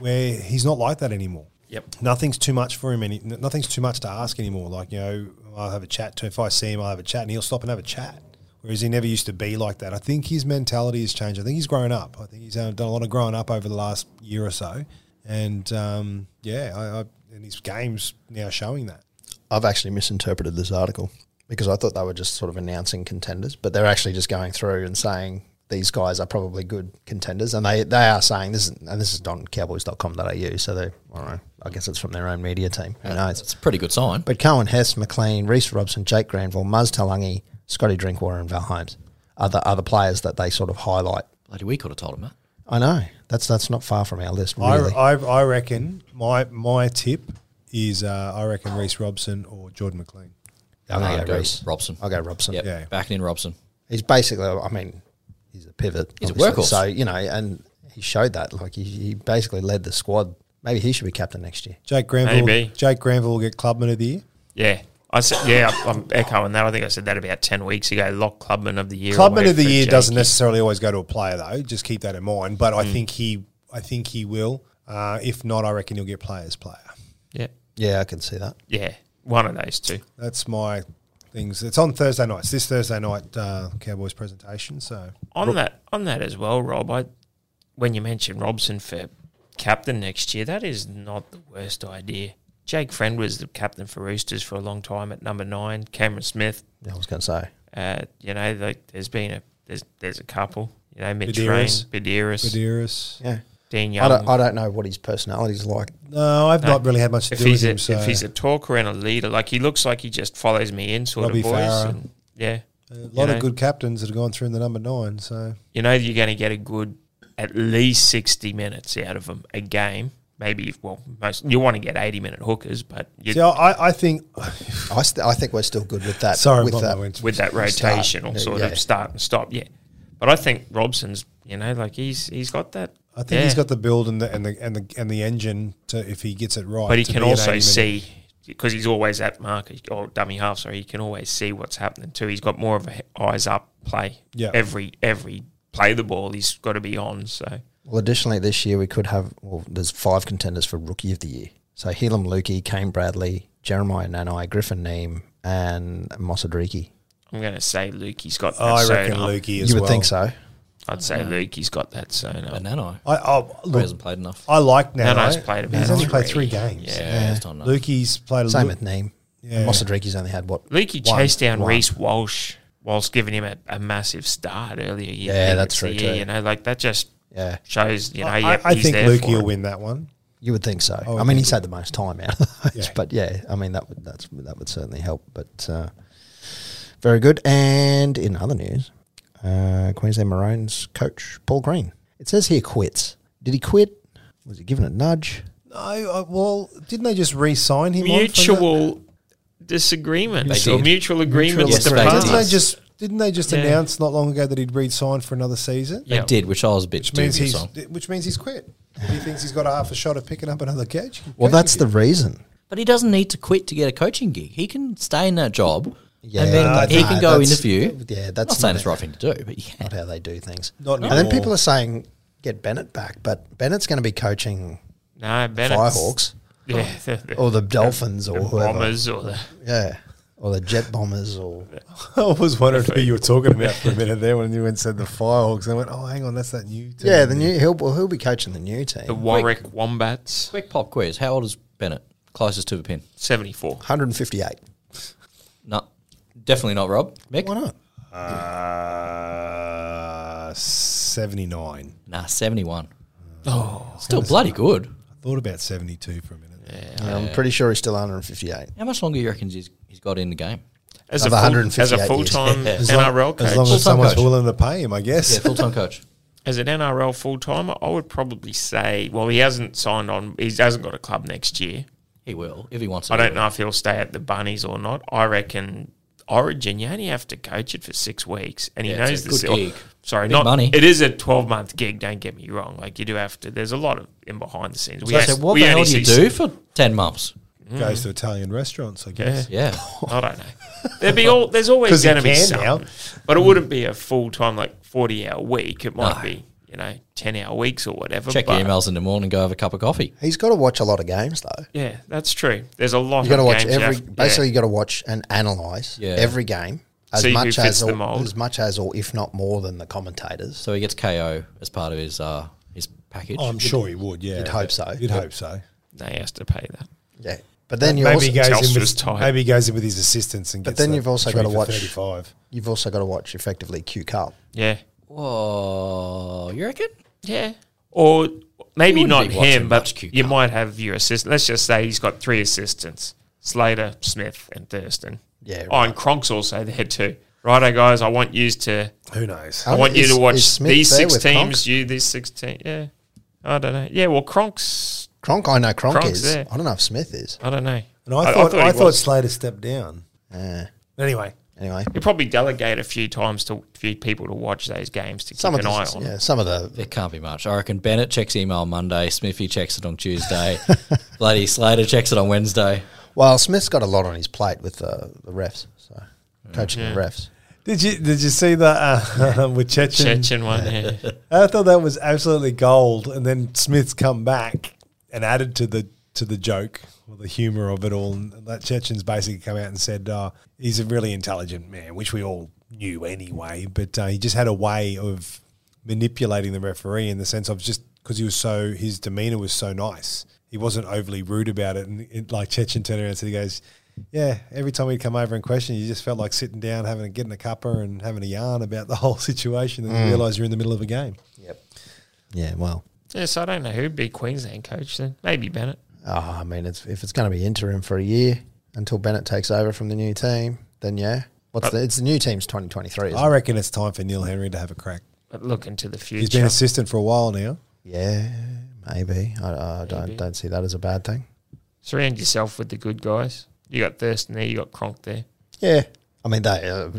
where he's not like that anymore.
Yep.
Nothing's too much for him. Any, n- nothing's too much to ask anymore. Like you know, I'll have a chat to. If I see him, I'll have a chat, and he'll stop and have a chat. Whereas he never used to be like that. I think his mentality has changed. I think he's grown up. I think he's uh, done a lot of growing up over the last year or so, and um, yeah, I, I, and his game's now showing that.
I've actually misinterpreted this article because I thought they were just sort of announcing contenders, but they're actually just going through and saying these guys are probably good contenders, and they, they are saying this is and this is on cowboys.com.au, so they I don't know, I guess it's from their own media team. Who knows?
It's a pretty good sign.
But Cohen Hess, McLean, Reese Robson, Jake Granville, Muzz Talangi, Scotty Drinkwater, and Val Holmes are the other players that they sort of highlight.
Bloody, we could have told him that.
I know that's that's not far from our list, really.
I, I, I reckon my my tip is uh, I reckon Reese Robson or Jordan McLean.
I'm gonna
I'll
go
Uh, go
Reece.
Robson.
I'll go Robson.
Yep.
Yeah.
Backing in Robson.
he's basically, I mean, he's a pivot.
He's a
obviously.
workhorse.
So, you know, and he showed that. Like, he, he basically led the squad. Maybe he should be captain next year.
Jake Granville.
Maybe.
Jake Granville will get Clubman of the Year.
Yeah, I said, yeah, I'm echoing that. I think I said that about ten weeks ago. Lock Clubman of the year.
Clubman
away
of the
for
year
Jake.
doesn't necessarily always go to a player though. Just keep that in mind. But
Mm.
I think he, I think he will. Uh, if not, I reckon he'll get players player.
Yeah,
Yeah, I can see that.
yeah, one of those two.
That's my things. It's on Thursday nights. This Thursday night, uh, Cowboys presentation. So
On that, on that as well, Rob. I, when you mentioned Robson for captain next year, that is not the worst idea. Jake Friend was the captain for Roosters for a long time at number nine. Cameron Smith,
I was going to say.
uh, you know, like there's been a there's there's a couple. You know, Mitch
Badiris.
Raine, Badiris,
Badiris.
Yeah. Um,
Dean Young.
I don't, I don't know what his personality's like.
No, I've
No.
not really had much to
if
do with
he's a,
him. So
if he's a talker and a leader, like he looks like he just follows me in, sort
Robbie
of boys.
Farah.
And, yeah,
a
you
lot
know.
of good captains that have gone through in the number nine. So
you know you're going to get a good at least 60 minutes out of them a game. Maybe if- well, most you want to get 80 minute hookers, but you,
See, I, I think
I, st- I think we're still good with that.
sorry,
with
Bob, I
that.
went-
with that
Start,
rotational sort
yeah.
of start and stop, yeah. But I think Robson's, you know, like he's he's got that.
I think he's
yeah.
got the build and the and the and the, and the engine to if he gets it right.
but he
to
can
be an
also
80 minute-
see because he's always at marker or dummy half. Sorry, he can always see what's happening too. He's got more of a he- eyes up play.
Yeah.
every every play the ball, he's got to be on. So
Well, additionally, this year we could have, well, there's five contenders for Rookie of the Year. So Helam Lukey, Kane Bradley, Jeremiah Nanai, Griffin Neem, and Mossadriki.
I'm going to say Lukey's got. That
I reckon
sonar.
Lukey as
You would
well.
think so.
I'd say Lukey's got that sonar.
But Nano
I, I,
he
look,
hasn't played enough.
I like now.
Nano's played about
He's only played
three.
three games.
Yeah, it's not enough.
Lukey's played a
Same with
little.
Neem.
yeah.
Mossadriki's only had what?
Lukey
one
chased down
run.
Reese Walsh whilst giving him a, a massive start earlier. you
Yeah,
think
that's
it's the
true
year,
too.
You know, like that just
Yeah,
shows. You know,
I,
yep,
I
he's
think
there
Lukey
for
will
it.
win that one.
you would think so.
Oh,
I mean,
yeah.
he's had the most time out of those,
Yeah.
but yeah, I mean that would that's that would certainly help. But uh, very good. And in other news, uh, Queensland Maroons coach Paul Green. It says here quits. Did he quit? Was he given a nudge?
No, I, well, didn't they just re-sign him? on from that?
Mutual disagreements
They
or
did.
mutual agreements
Yes,
to
they
pass.
Didn't they just didn't they just
Yeah.
announce not long ago that he'd re-signed for another season?
Yeah.
They did, which I was a bit
Which means
dubious
he's
on.
which means he's quit. He thinks he's got a half a shot of picking up another catch.
Well, that's the reason.
But he doesn't need to quit to get a coaching gig. He can stay in that job.
Yeah,
and then
I
he
know,
can go
that's-
interview.
yeah,
Not
that's
saying
not
it's the right thing to do, but yeah.
Not how they do things.
Not
and then
anymore.
people are saying get Bennett back, but Bennett's going to be coaching
No, Bennett.
Firehawks
Yeah, the, the,
or the Dolphins or whoever.
bombers or the.
Yeah. Or the jet bombers, or
I was wondering who you were talking about for a minute there when you went said the Firehawks. I went, oh, hang on, that's that new team.
yeah, the new he'll well, he'll be coaching the new team.
The Warwick Wombats,
Quick pop quiz. How old is Bennett? Closest to the pin?
74.
158.
No. Definitely not Rob. Mick?
Why not?
Uh, 79.
Nah, 71. Oh. Still bloody good.
I thought about 72 for a minute.
Yeah, I'm pretty sure he's still 158.
How much longer do you reckon he's, he's got in the game?
As a,
Another
full, as a
158
full-time
years.
NRL coach,
As long
Full-time
as someone's
coach.
willing to pay him, I
Yeah,
guess.
full time coach.
as an NRL full-timer, I would probably say, well, he hasn't signed on. He hasn't got a club next year.
He will, if he wants to.
I don't know if he'll stay at the Bunnies or not. I reckon Origin, you only have to coach it for six weeks, and he
Yeah,
knows
it's a
the
good
se-
gig.
Sorry,
Big
not
money.
It is a twelve month gig. Don't get me wrong. Like you do have to. There's a lot of in behind the scenes. We
So I
has-
said, what
we
the
only
hell do you
see-
do for 10 months?
Goes to Italian restaurants, I
Yeah,
guess.
Yeah.
I don't know. There'd be all. There's always
'Cause he
going to be
can
something,
now.
but it wouldn't be a full time like forty hour week. It might
No.
be you know ten hour weeks or whatever.
Check your
but
emails in the morning, go have a cup of coffee.
He's got to watch a lot of games though.
Yeah, that's true. There's a lot.
You got to
of
watch
games you
every.
have- yeah.
Basically, you got to watch and analyze
Yeah.
every game as
See who
much
fits
as
the
or,
mould.
as much as or if not more than the commentators.
So he gets KO as part of his uh, his package.
I'm sure he would, yeah.
you'd hope so.
You'd hope so.
they has to pay that.
Yeah, but then you
Maybe he,
also,
goes in
Telstra's
with,
tight.
maybe he goes in with his assistants and
But
gets
then
the
you've also
three
gotta
for
watch-
35.
you've also got to watch effectively Q Cup.
Yeah.
Whoa, you reckon?
Yeah. Or maybe
wouldn't
not
be watching
him, but
much Q
you
Cup.
might have your assistant. Let's just say he's got three assistants Slater, Smith, and Thurston.
Yeah,
Oh, and Cronk's also there too. Righto, guys, I want you to.
Who knows?
I want you
Is-
to
is
watch
Smith
these
there
six
with
teams. You these six teams. Yeah, I don't know. Yeah, well, Cronk's.
Cronk, I know Cronk
Cronk's
is.
there.
I don't know if Smith is.
I don't know.
And I thought, I thought,
he was.
Slater stepped down.
Yeah.
Anyway,
Anyway,
He'll probably delegate a few times to a few people to watch those games to
some
keep
of
an eye
the
on.
yeah, some of the
There can't be much. I reckon Bennett checks email Monday. Smithy checks it on Tuesday. Bloody Slater checks it on Wednesday.
Well, Smith's got a lot on his plate with the, the refs, so coaching the refs.
Did you did you see that uh, with Chechen?
Chechen one, yeah.
I thought that was absolutely gold, and then Smith's come back and added to the to the joke or the humour of it all. And that Chechen's basically come out and said uh, he's a really intelligent man, which we all knew anyway, but uh, he just had a way of manipulating the referee in the sense of just because he was so his demeanour was so nice, he wasn't overly rude about it. And it, like Chechen turned around and said, he goes. Yeah, every time he'd come over and question, you just felt like sitting down, having a, getting a cuppa, and having a yarn about the whole situation, and
Mm.
you realise you're in the middle of a game.
Yeah, well,
Yeah, so I don't know who'd be Queensland coach then. Maybe Bennett.
oh, I mean, it's, if it's going to be interim for a year until Bennett takes over from the new team, then yeah, what's the? It's the new team's twenty twenty three.
I reckon it's time for Neil Henry to have a crack.
But look into the
He's been
future.
assistant for a while now.
Yeah, maybe. I, I don't don't see that as a bad thing.
Surround yourself with the good guys. You got Thurston there, you got Cronk there.
Yeah, I mean they. Uh,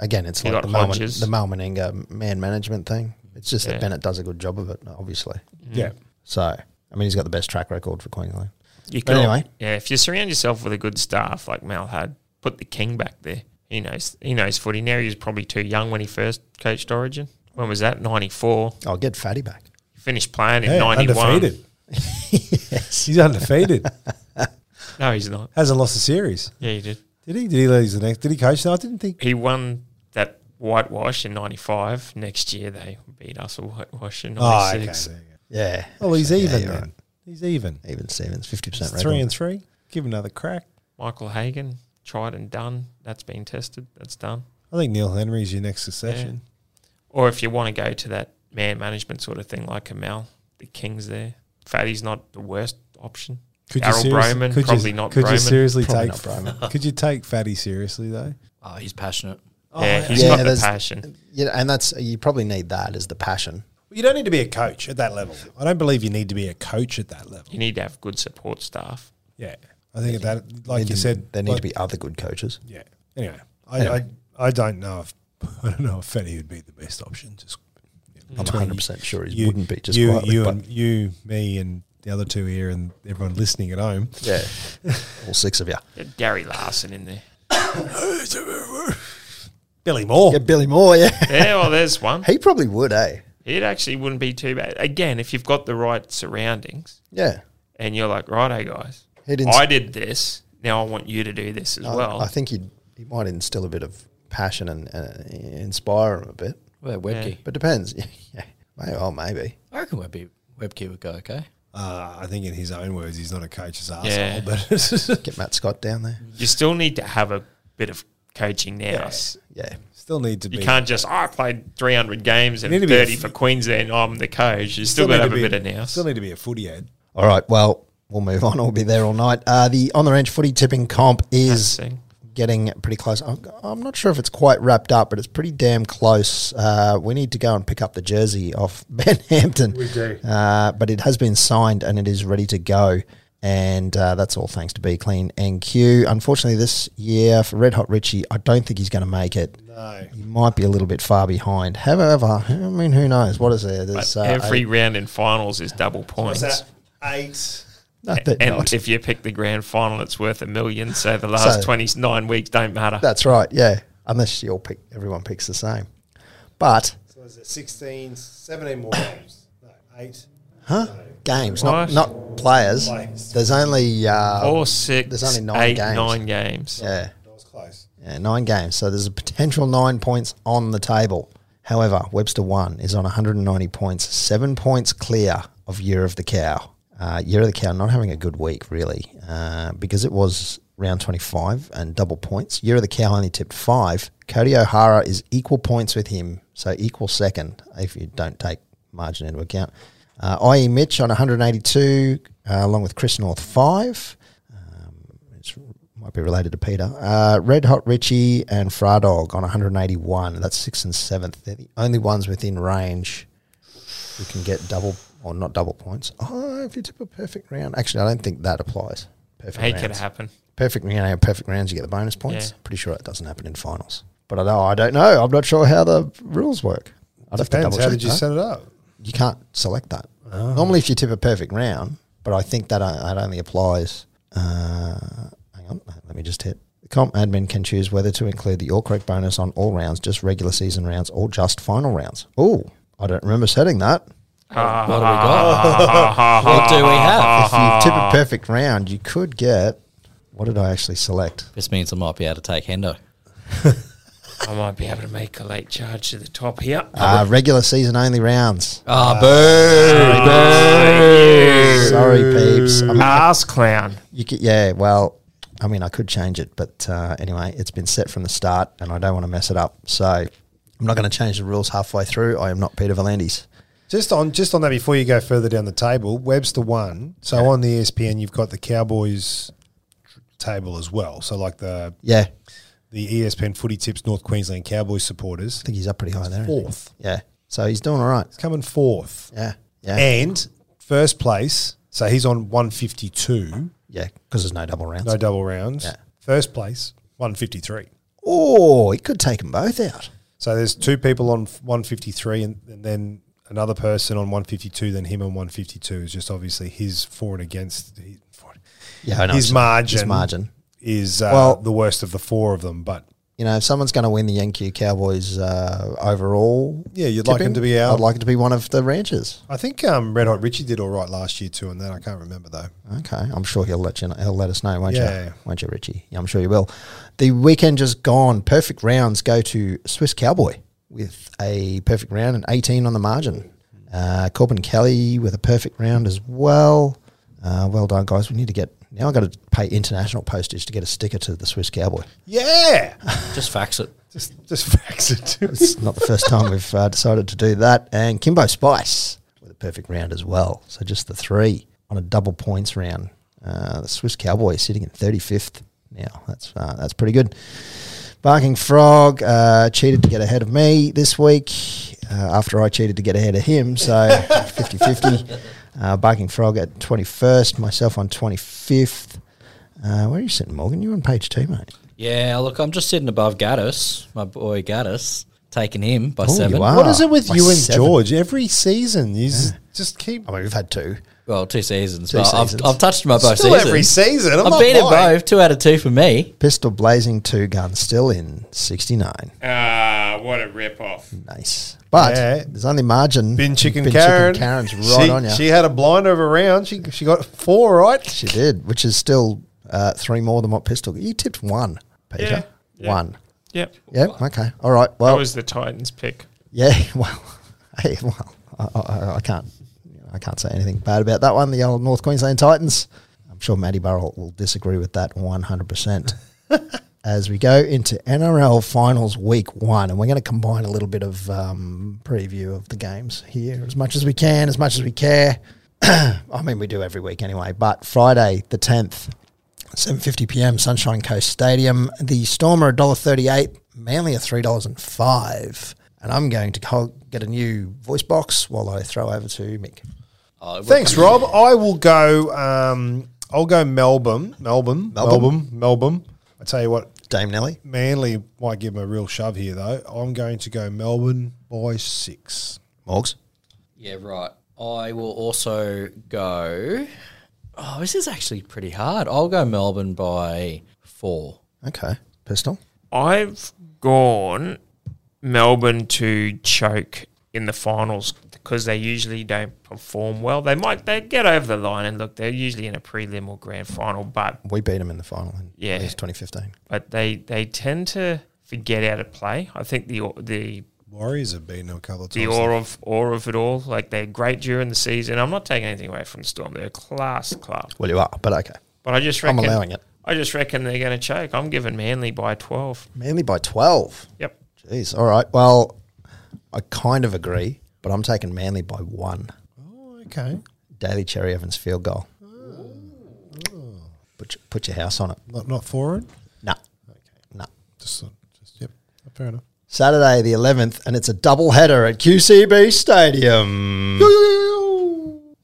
again, it's
You
like
got
the Malman,
Hodges.
the Malmaninga man management thing. It's just
Yeah.
that Bennett does a good job of it, obviously.
Yeah.
So, I mean, he's got the best track record for Queensland.
You
But
can
anyway.
yeah. If you surround yourself with a good staff like Mal had, put the king back there. He knows. He knows footy now. He was probably too young when he first coached Origin. When was that? Ninety four.
I'll Oh, get Fatty back.
He finished playing in
Yeah,
ninety one.
undefeated. He's undefeated.
No, he's not.
Hasn't lost a series.
Yeah, he did.
Did he? Did he lose the next? Did he coach? No, I didn't think.
He won that whitewash in ninety five. Next year they beat us a whitewash in
Oh,
ninety
okay.
six.
there you go.
Yeah.
Well, he's
Actually, yeah,
even
you're
then.
right.
He's even.
Even Stevens, fifty
It's
percent record.
three and three. Give him another crack.
Michael Hagan tried and done. That's been tested. That's done.
I think Neil Henry's your next succession.
Or if you want to go to that man management sort of thing, like Kamal, the king's there. Fatty's not the worst option. Darryl
serious-
Broman,
could you-
probably not
Could you
Broman.
seriously
Probably
take?
not
Could you take Fatty seriously though?
Oh, he's passionate.
yeah, he's
Oh, Yeah,
got the
there's-
passion.
Yeah, and that's you probably need that as the passion.
You don't need to be a coach at that level. I don't believe you need to be a coach at that level.
You need to have good support staff.
Yeah, I think at that, like
Need
you
to-
said,
there need
like-
to be other good coaches.
Yeah. Anyway, I,
Anyway.
I I don't know if I don't know if Fetty would be the best option. Just
I'm
between
100 percent sure he
you,
wouldn't be just
you,
quietly,
you,
but-
and you, me, and the other two here, and everyone listening at home.
yeah, all six of you.
Get Gary Larson in there.
Billy Moore.
Yeah, Billy Moore. Yeah,
Yeah, well, there's one.
he probably would, eh?
It actually wouldn't be too bad. Again, if you've got the right surroundings
Yeah,
and you're like, righto, guys,
He'd inst-
I did this. Now I want you to do this as
I-
well.
Oh, I think he he might instill a bit of passion and uh, inspire him a bit.
Where Webkey?
But depends. yeah, May- oh, maybe.
I reckon Webkey, Webkey would go okay.
Uh, I think in his own words, he's not a coach's asshole,
Yeah.
but
Get Matt Scott down there.
you still need to have a bit of coaching now. S-
Yeah,
still need to
You
be.
can't just, "Oh, I played 300 games and
You need to be a
30
f-
for Queensland. oh, I'm the coach. You still, got
need
to have
be-
a bit of now.
Still need to be a footy head.
All right. Well, we'll move on. We'll be there all night. Uh, the on the range footy tipping comp is
Interesting.
getting pretty close. I'm, I'm not sure if it's quite wrapped up, but it's pretty damn close. Uh, we need to go and pick up the jersey off Ben Hampton. We do. Uh, but it has been signed and it is ready to go. And uh, that's all thanks to Be Clean NQ. Unfortunately, this year for Red Hot Richie, I don't think he's going to make it.
No.
He might be a little bit far behind. However, I mean, who knows? What is there? There's
But
uh,
every
eight-
round in finals is double points.
Eight.
no, they're
And
not.
if you pick the grand final, it's worth a million. So the last
So-
29 weeks don't matter.
That's right. Yeah, unless you all pick, everyone picks the same. But
So is it 16, 17 more games? No, eight.
huh? Games, not
What?
not players.
Players.
There's only uh,
Four, six,
There's only nine
eight,
games.
nine games.
Yeah,
That was close.
yeah, nine games. So there's a potential nine points on the table. However, Webster One is on 190 points, seven points clear of Year of the Cow. Uh, Year of the Cow not having a good week really, uh, because it was round 25 and double points. Year of the Cow only tipped five. Cody O'Hara is equal points with him, so equal second if you don't take margin into account. Uh, IE Mitch on 182, uh, along with Chris North five which Um, might be related to Peter. Uh, Red Hot Richie and Fradog on 181. That's sixth and seventh. They're the only ones within range who can get double or not double points. Oh, if you tip a perfect round, actually, I don't think that applies. Perfect
Make it
rounds.
happen.
Perfect, you know, perfect rounds, you get the bonus points.
Yeah.
Pretty sure that doesn't happen in finals. But I don't, I don't know. I'm not sure how the rules work. I'd have to
Depends.
double
How
check.
did you
that.
set it up?
You can't select that. Normally, if you tip a perfect round, but I think that, that only applies. Uh, hang on, let me just hit. The comp admin can choose whether to include the All Correct bonus on all rounds, just regular season rounds, or just final rounds. Oh, I don't remember setting that.
What do we got? what do we have?
If you tip a perfect round, you could get. What did I actually select?
This means I might be able to take Hendo.
I might be able to make a late charge to the top here.
Uh, regular season only rounds.
Ah, boo!
Sorry, peeps.
um,
I mean,
Ass clown.
You could, yeah, well, I mean, I could change it, but uh, anyway, it's been set from the start, and I don't want to mess it up. So I'm not going to change the rules halfway through. I am not Peter Valandis.
Just on just on that before you go further down the table, Webster won. So on the E ESPN, you've got the Cowboys tr- table as well. So like the
Yeah, I
the E ESPN Footy Tips North Queensland Cowboys supporters
think he's up pretty high there. isn't he?
fourth,
Yeah, so he's doing all right.
coming fourth,
Yeah, yeah,
and first place. So he's on one fifty two,
yeah, because there's no double rounds.
no double rounds.
Yeah.
First place one fifty three.
Oh, he could take them both out.
So there's two people on f- 153 and, and then another person on 152, then him on 152 is just obviously his for and against. he- for-
Yeah, I know.
His
So
margin.
His margin.
Is uh,
Well-
the worst of the four of them, but
You know, if someone's going to win the Yankee Cowboys uh, overall,
Yeah, you'd like him to be out.
I'd like it to be one of the ranchers.
I think um, Red Hot Richie did all right last year too, and then I can't remember though.
Okay, I'm sure he'll let you. Know, he'll let us know, won't
Yeah.
you? Won't you, Richie? Yeah, I'm sure you will. The weekend just gone. Perfect rounds go to Swiss Cowboy with a perfect round and 18 on the margin. Uh, Corbin Kelly with a perfect round as well. Uh, well done, guys. We need to get now. I got to pay international postage to get a sticker to the Swiss Cowboy.
Yeah,
Just fax it.
just just fax it to us.
It's not the first time we've uh, decided to do that. And Kimbo Spice with a perfect round as well. So just the three on a double points round. Uh, the Swiss Cowboy is sitting at 35th now. That's uh, that's pretty good. Barking Frog uh, cheated to get ahead of me this week uh, after I cheated to get ahead of him. So 50 50. Uh, Barking Frog at 21st, myself on 25th. Uh, where are you sitting, Morgan? You're on page two, mate.
Yeah, look, I'm just sitting above Gaddis, my boy Gaddis, taking him by
Oh, you
seven.
are.
What is it with
By
you and
seven.
George? Every season, you s- just keep
I mean, we've had two.
Well, two seasons.
Two
but
seasons.
I've, I've touched him up both
still
seasons.
every season. I'm
I've
not
beaten
lying.
both. Two out of two for me.
Pistol blazing two gun, still in 69.
Ah, what a rip off.
Nice. But
Yeah.
there's only margin.
Bin Chicken
Bin
Karen.
Karen's right
she,
on you.
She
She,
had a blind over round. She she got four right.
did, which is still uh, three more than what Pistol. You tipped one, Peter.
Yeah, yeah.
One.
Yep.
Yep. Okay. All right.
That
Well,
was the Titans pick.
yeah. Well, hey, well I, I, I can't. I can't say anything bad about that one. The old North Queensland Titans. I'm sure Matty Burrell will disagree with that 100. percent as we go into NRL Finals Week One, and we're going to combine a little bit of um, preview of the games here as much as we can, as much as we care. I mean, we do every week anyway. But Friday the tenth, seven fifty PM, Sunshine Coast Stadium. The Storm are a dollar thirty-eight, Manly are three dollars and five. And I'm going to call, get a new voice box while I throw over to Mick.
Oh,
Thanks, Rob. I will go. Um, I'll go Melbourne. Melbourne.
Melbourne.
Melbourne. Melbourne. I tell you what,
Dame Nelly.
Manly might give him a real shove here though. I'm going to go Melbourne by six.
Morgs.
Yeah, right. I will also go. Oh, this is actually pretty hard. I'll go Melbourne by four.
Okay. Pistol.
I've gone Melbourne to choke in the finals because they usually don't perform well. They might they get over the line and look, they're usually in a prelim or grand final, but
We beat him in the final in
Yeah.
at least 2015.
but they they tend to forget how to play. I think the the
Warriors have beaten them a couple of
the
times.
awe of awe of it all, like they're great during the season. I'm not taking anything away from Storm; they're a class club.
Well, you are, but okay.
But I just
I'm
reckon
allowing it.
I just reckon they're going to choke. I'm giving Manly by 12.
Manly by 12.
Yep.
Jeez. All right. Well, I kind of agree, but I'm taking Manly by one.
Oh, okay.
Daily Cherry Evans field goal. Put your, put your house on it.
Not eh? not for it.
No. No.
Just, just yep. Fair enough.
Saturday the 11th, and it's a double header at QCB Stadium.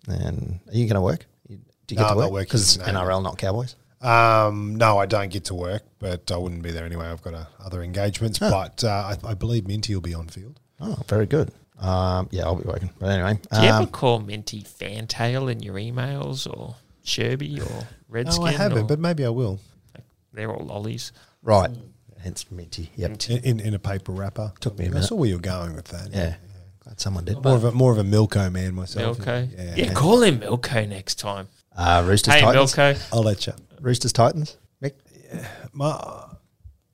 and are you going to work? Do you
No,
get
I'm
to
not
work?
working,
Because
no.
NRL, not Cowboys.
Um, no, I don't get to work, but I wouldn't be there anyway. I've got uh, other engagements, but uh, I, I believe Minty will be on field.
Oh, very good. Um, yeah, I'll be working. But anyway.
Do you
um,
ever call Minty Fantail in your emails or Sherby or
No,
Redskin?
Oh, I haven't,
or-
but maybe I will.
They're all lollies.
Right. Hence minty. Yep.
Minty.
in, in a paper wrapper.
Took me a
I
minute.
saw where you're going with that.
Yeah. Glad someone did.
More of a more of a Milko man myself.
Milko.
Yeah.
Yeah, call him Milko next time.
Uh, Roosters
hey,
Titans.
Milko.
I'll let you.
Roosters Titans. Mick.
My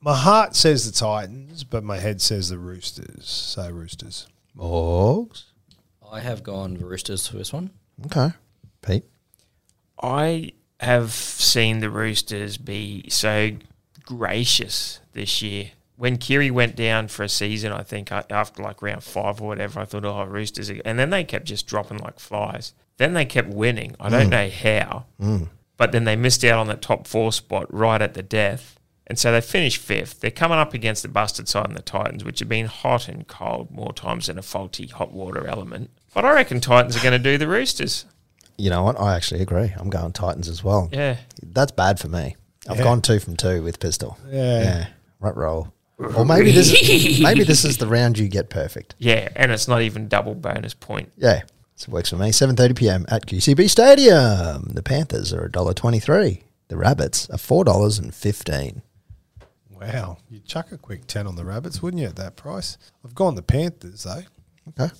my heart says the Titans, but my head says the Roosters. So Roosters.
Morgs.
I have gone the Roosters for this one.
Okay. Pete.
I have seen the Roosters be so gracious this year. When Kiri went down for a season, I think I- after like round five or whatever, I thought, oh, Roosters. are-" And then they kept just dropping like flies. Then they kept winning. I don't know how, but then they missed out on the top four spot right at the death. And so they finished fifth. They're coming up against the busted side and the Titans, which have been hot and cold more times than a faulty hot water element. But I reckon Titans are going to do the Roosters.
You know what? I actually agree. I'm going Titans as well.
Yeah.
That's bad for me. I've
Yeah.
gone two from two with pistol.
Yeah.
Right roll. Or maybe this maybe this is the round you get perfect.
Yeah, and it's not even double bonus point.
Yeah. So it works for me. Seven thirty PM at QCB Stadium. The Panthers are $1.23. The Rabbits are four dollars and fifteen.
Wow. You'd chuck a quick ten on the rabbits, wouldn't you, at that price? I've gone the Panthers though.
Okay.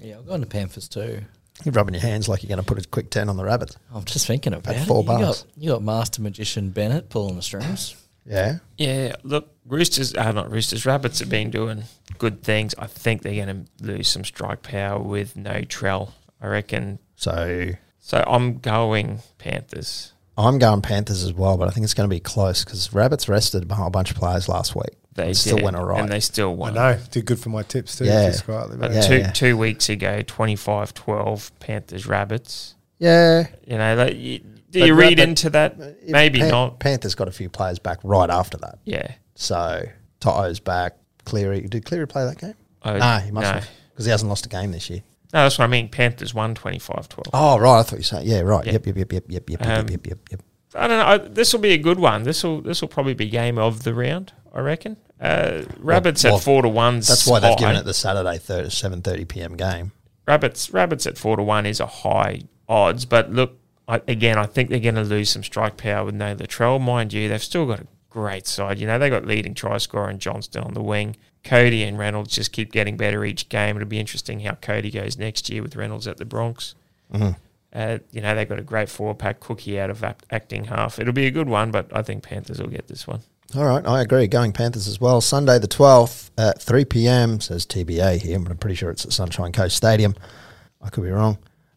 Yeah, I've gone the Panthers too.
You're rubbing your hands like you're gonna put a quick ten on the Rabbits.
I'm just thinking about it.
four
you
bucks.
got you got Master Magician Bennett pulling the strings.
Yeah.
Yeah, look, Roosters are not Roosters. Rabbits have been doing good things. I think they're going to lose some strike power with no Trell. I reckon.
So
So I'm going Panthers.
I'm going Panthers as well, but I think it's going to be close because Rabbits rested a whole bunch of players last week.
They
It still
did,
went all right.
and they still
I
won.
know. Did good for my tips too,
Yeah.
just quietly.
But
But
Yeah,
two
yeah.
two weeks ago, 25-12, Panthers Rabbits.
yeah,
You know, like, you, do
But
you read
Rabbit-
into that?
If
Maybe
Pan-
not.
Panthers got a few players back right after that.
Yeah.
So Toto's back. Cleary did Cleary play that game?
I-
no, he must
Oh, Uh, no.
have because he hasn't lost a game this year.
No, that's what I mean. Panthers won 25-12.
Oh right, I thought you said yeah right.
Yeah.
Yep yep yep yep yep yep
Um,
yep yep yep yep.
I don't know. I- This will be a good one. This will this will probably be game of the round. I reckon. Uh, rabbits
well,
at four to one.
That's why they've given it the Saturday thir seven thirty p.m. game.
rabbits. Rabbits at four to one is a high odds. But look, I, again, I think they're going to lose some strike power with no Latrell. Mind you, they've still got a great side. You know, they got leading try scorer and Johnston on the wing. Cody and Reynolds just keep getting better each game. It'll be interesting how Cody goes next year with Reynolds at the Bronx.
Mm-hmm.
Uh, you know, they've got a great four pack cookie out of act- acting half. It'll be a good one, but I think Panthers will get this one.
All right, I agree. Going Panthers as well. Sunday the 12th at 3 p.m. says TBA here, but I'm pretty sure it's at Sunshine Coast Stadium. I could be wrong.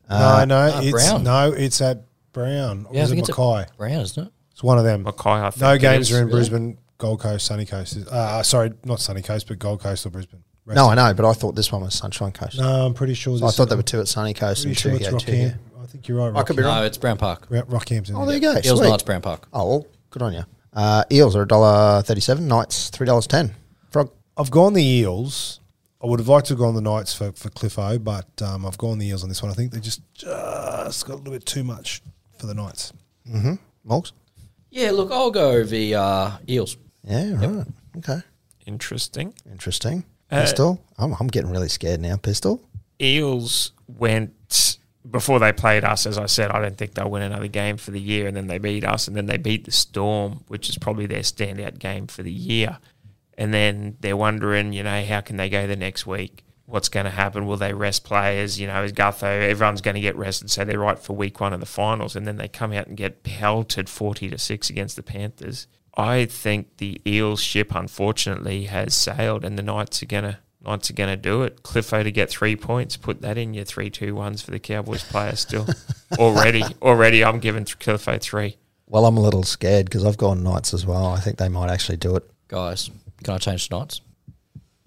no, no,
uh,
it's
Brown.
no, it's at Brown. Or
Yeah, I
is it
think it's at-
Mackay?
Brown, isn't it?
It's one of them.
Mackay, I think.
No
it
games
is.
are in Brisbane, Gold Coast, Sunny Coast. Uh, uh, sorry, not Sunny Coast, but Gold Coast or Brisbane. Rest-
No, I know, but I thought this one was Sunshine Coast.
no, I'm pretty sure.
I
This
thought there were two at Sunny Coast
pretty
and
sure
two
it's
go two. here.
Rockham. I think you're right.
I could be wrong.
No, it's Brown Park.
Rock- Rockhampton.
Oh, there you go.
Eels
Sweet.
Knights Brown Park.
Oh, well, good on you. Uh, eels are $1.37. Knights, $3.10. Frog.
I've gone the Eels. I would have liked to have gone the Knights for, for Cliffo, but um, I've gone the Eels on this one. I think they just just got a little bit too much for the Knights.
Morgs.
Yeah, look, I'll go the uh, Eels.
Yeah, right. Okay.
Interesting.
Interesting. Pistol. I'm, I'm getting really scared now. Pistol.
Eels went before they played us. As I said, I don't think they'll win another game for the year, and then they beat us, and then they beat the Storm, which is probably their standout game for the year. And then they're wondering, you know, how can they go the next week? What's going to happen? Will they rest players? You know, is Gutho? Everyone's going to get rested, so they're right for week one of the finals, and then they come out and get pelted forty to six against the Panthers. I think the Eels ship, unfortunately, has sailed, and the Knights are going to Knights are going to do it. Cliffo to get three points. Put that in your three two ones for the Cowboys player still. already, already, I'm giving th- Cliffo three.
Well, I'm a little scared because I've gone Knights as well. I think they might actually do it.
Guys, can I change the Knights?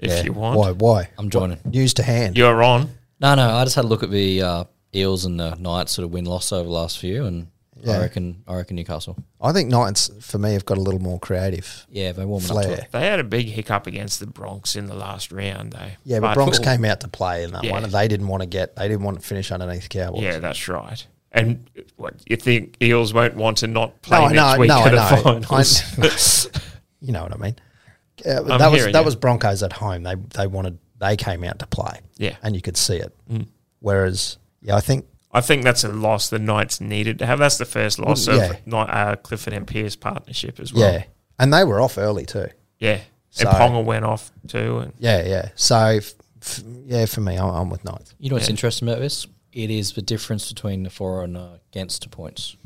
If
Yeah.
you want,
Why? Why?
I'm joining.
News to hand.
you're on.
No, no, I just had a look at the uh, Eels and the Knights sort of win loss over the last few, and
Yeah.
I reckon I reckon Newcastle.
I think Knights for me have got a little more creative
Yeah, they're warming up to
flair.
it.
They had a big hiccup against the Bronx in the last round, though.
Yeah, but Bronx
Ooh,
came out to play in that
Yeah.
one, and they didn't want to get, they didn't want to finish underneath Cowboys.
Yeah, that's right. And what you think Eels won't want to not play
No, Oh, I
next
know,
week
no,
at
I
the
know.
finals?
You know what I mean? Yeah, but
I'm
that was
hearing
that
you.
was Broncos at home. They they wanted, they came out to play.
Yeah. Mm.
and you could see it. Whereas, yeah, I think
I think that's a loss the Knights needed to have. That's the first loss of
Yeah.
Knight, uh, Clifford and Pierce partnership as well.
Yeah. And they were off early too.
yeah.
So-
and Ponga went off too, and
Yeah, yeah. So, f- f- yeah, for me, I'm, I'm with Knights.
You know what's interesting about this? It is the difference between the for and uh, against points.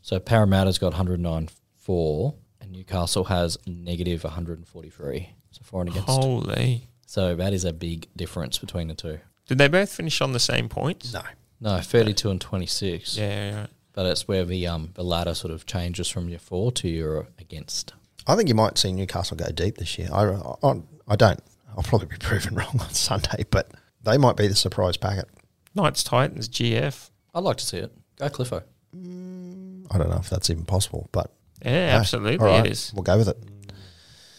So Parramatta's got 109 for, and Newcastle has negative 143. So for and against.
holy.
So that is a big difference between the two.
Did they both finish on the same points?
No.
No, 32 and 26.
Yeah, right.
But it's where the um the ladder sort of changes from your for to your against.
I think you might see Newcastle go deep this year. I, I, I don't. I'll probably be proven wrong on Sunday, but they might be the surprise packet.
Knights Titans GF.
I'd like to see it. Go Cliffo.
I don't know if that's even possible, but
Yeah,
hey,
absolutely
all right,
it is.
We'll go with it.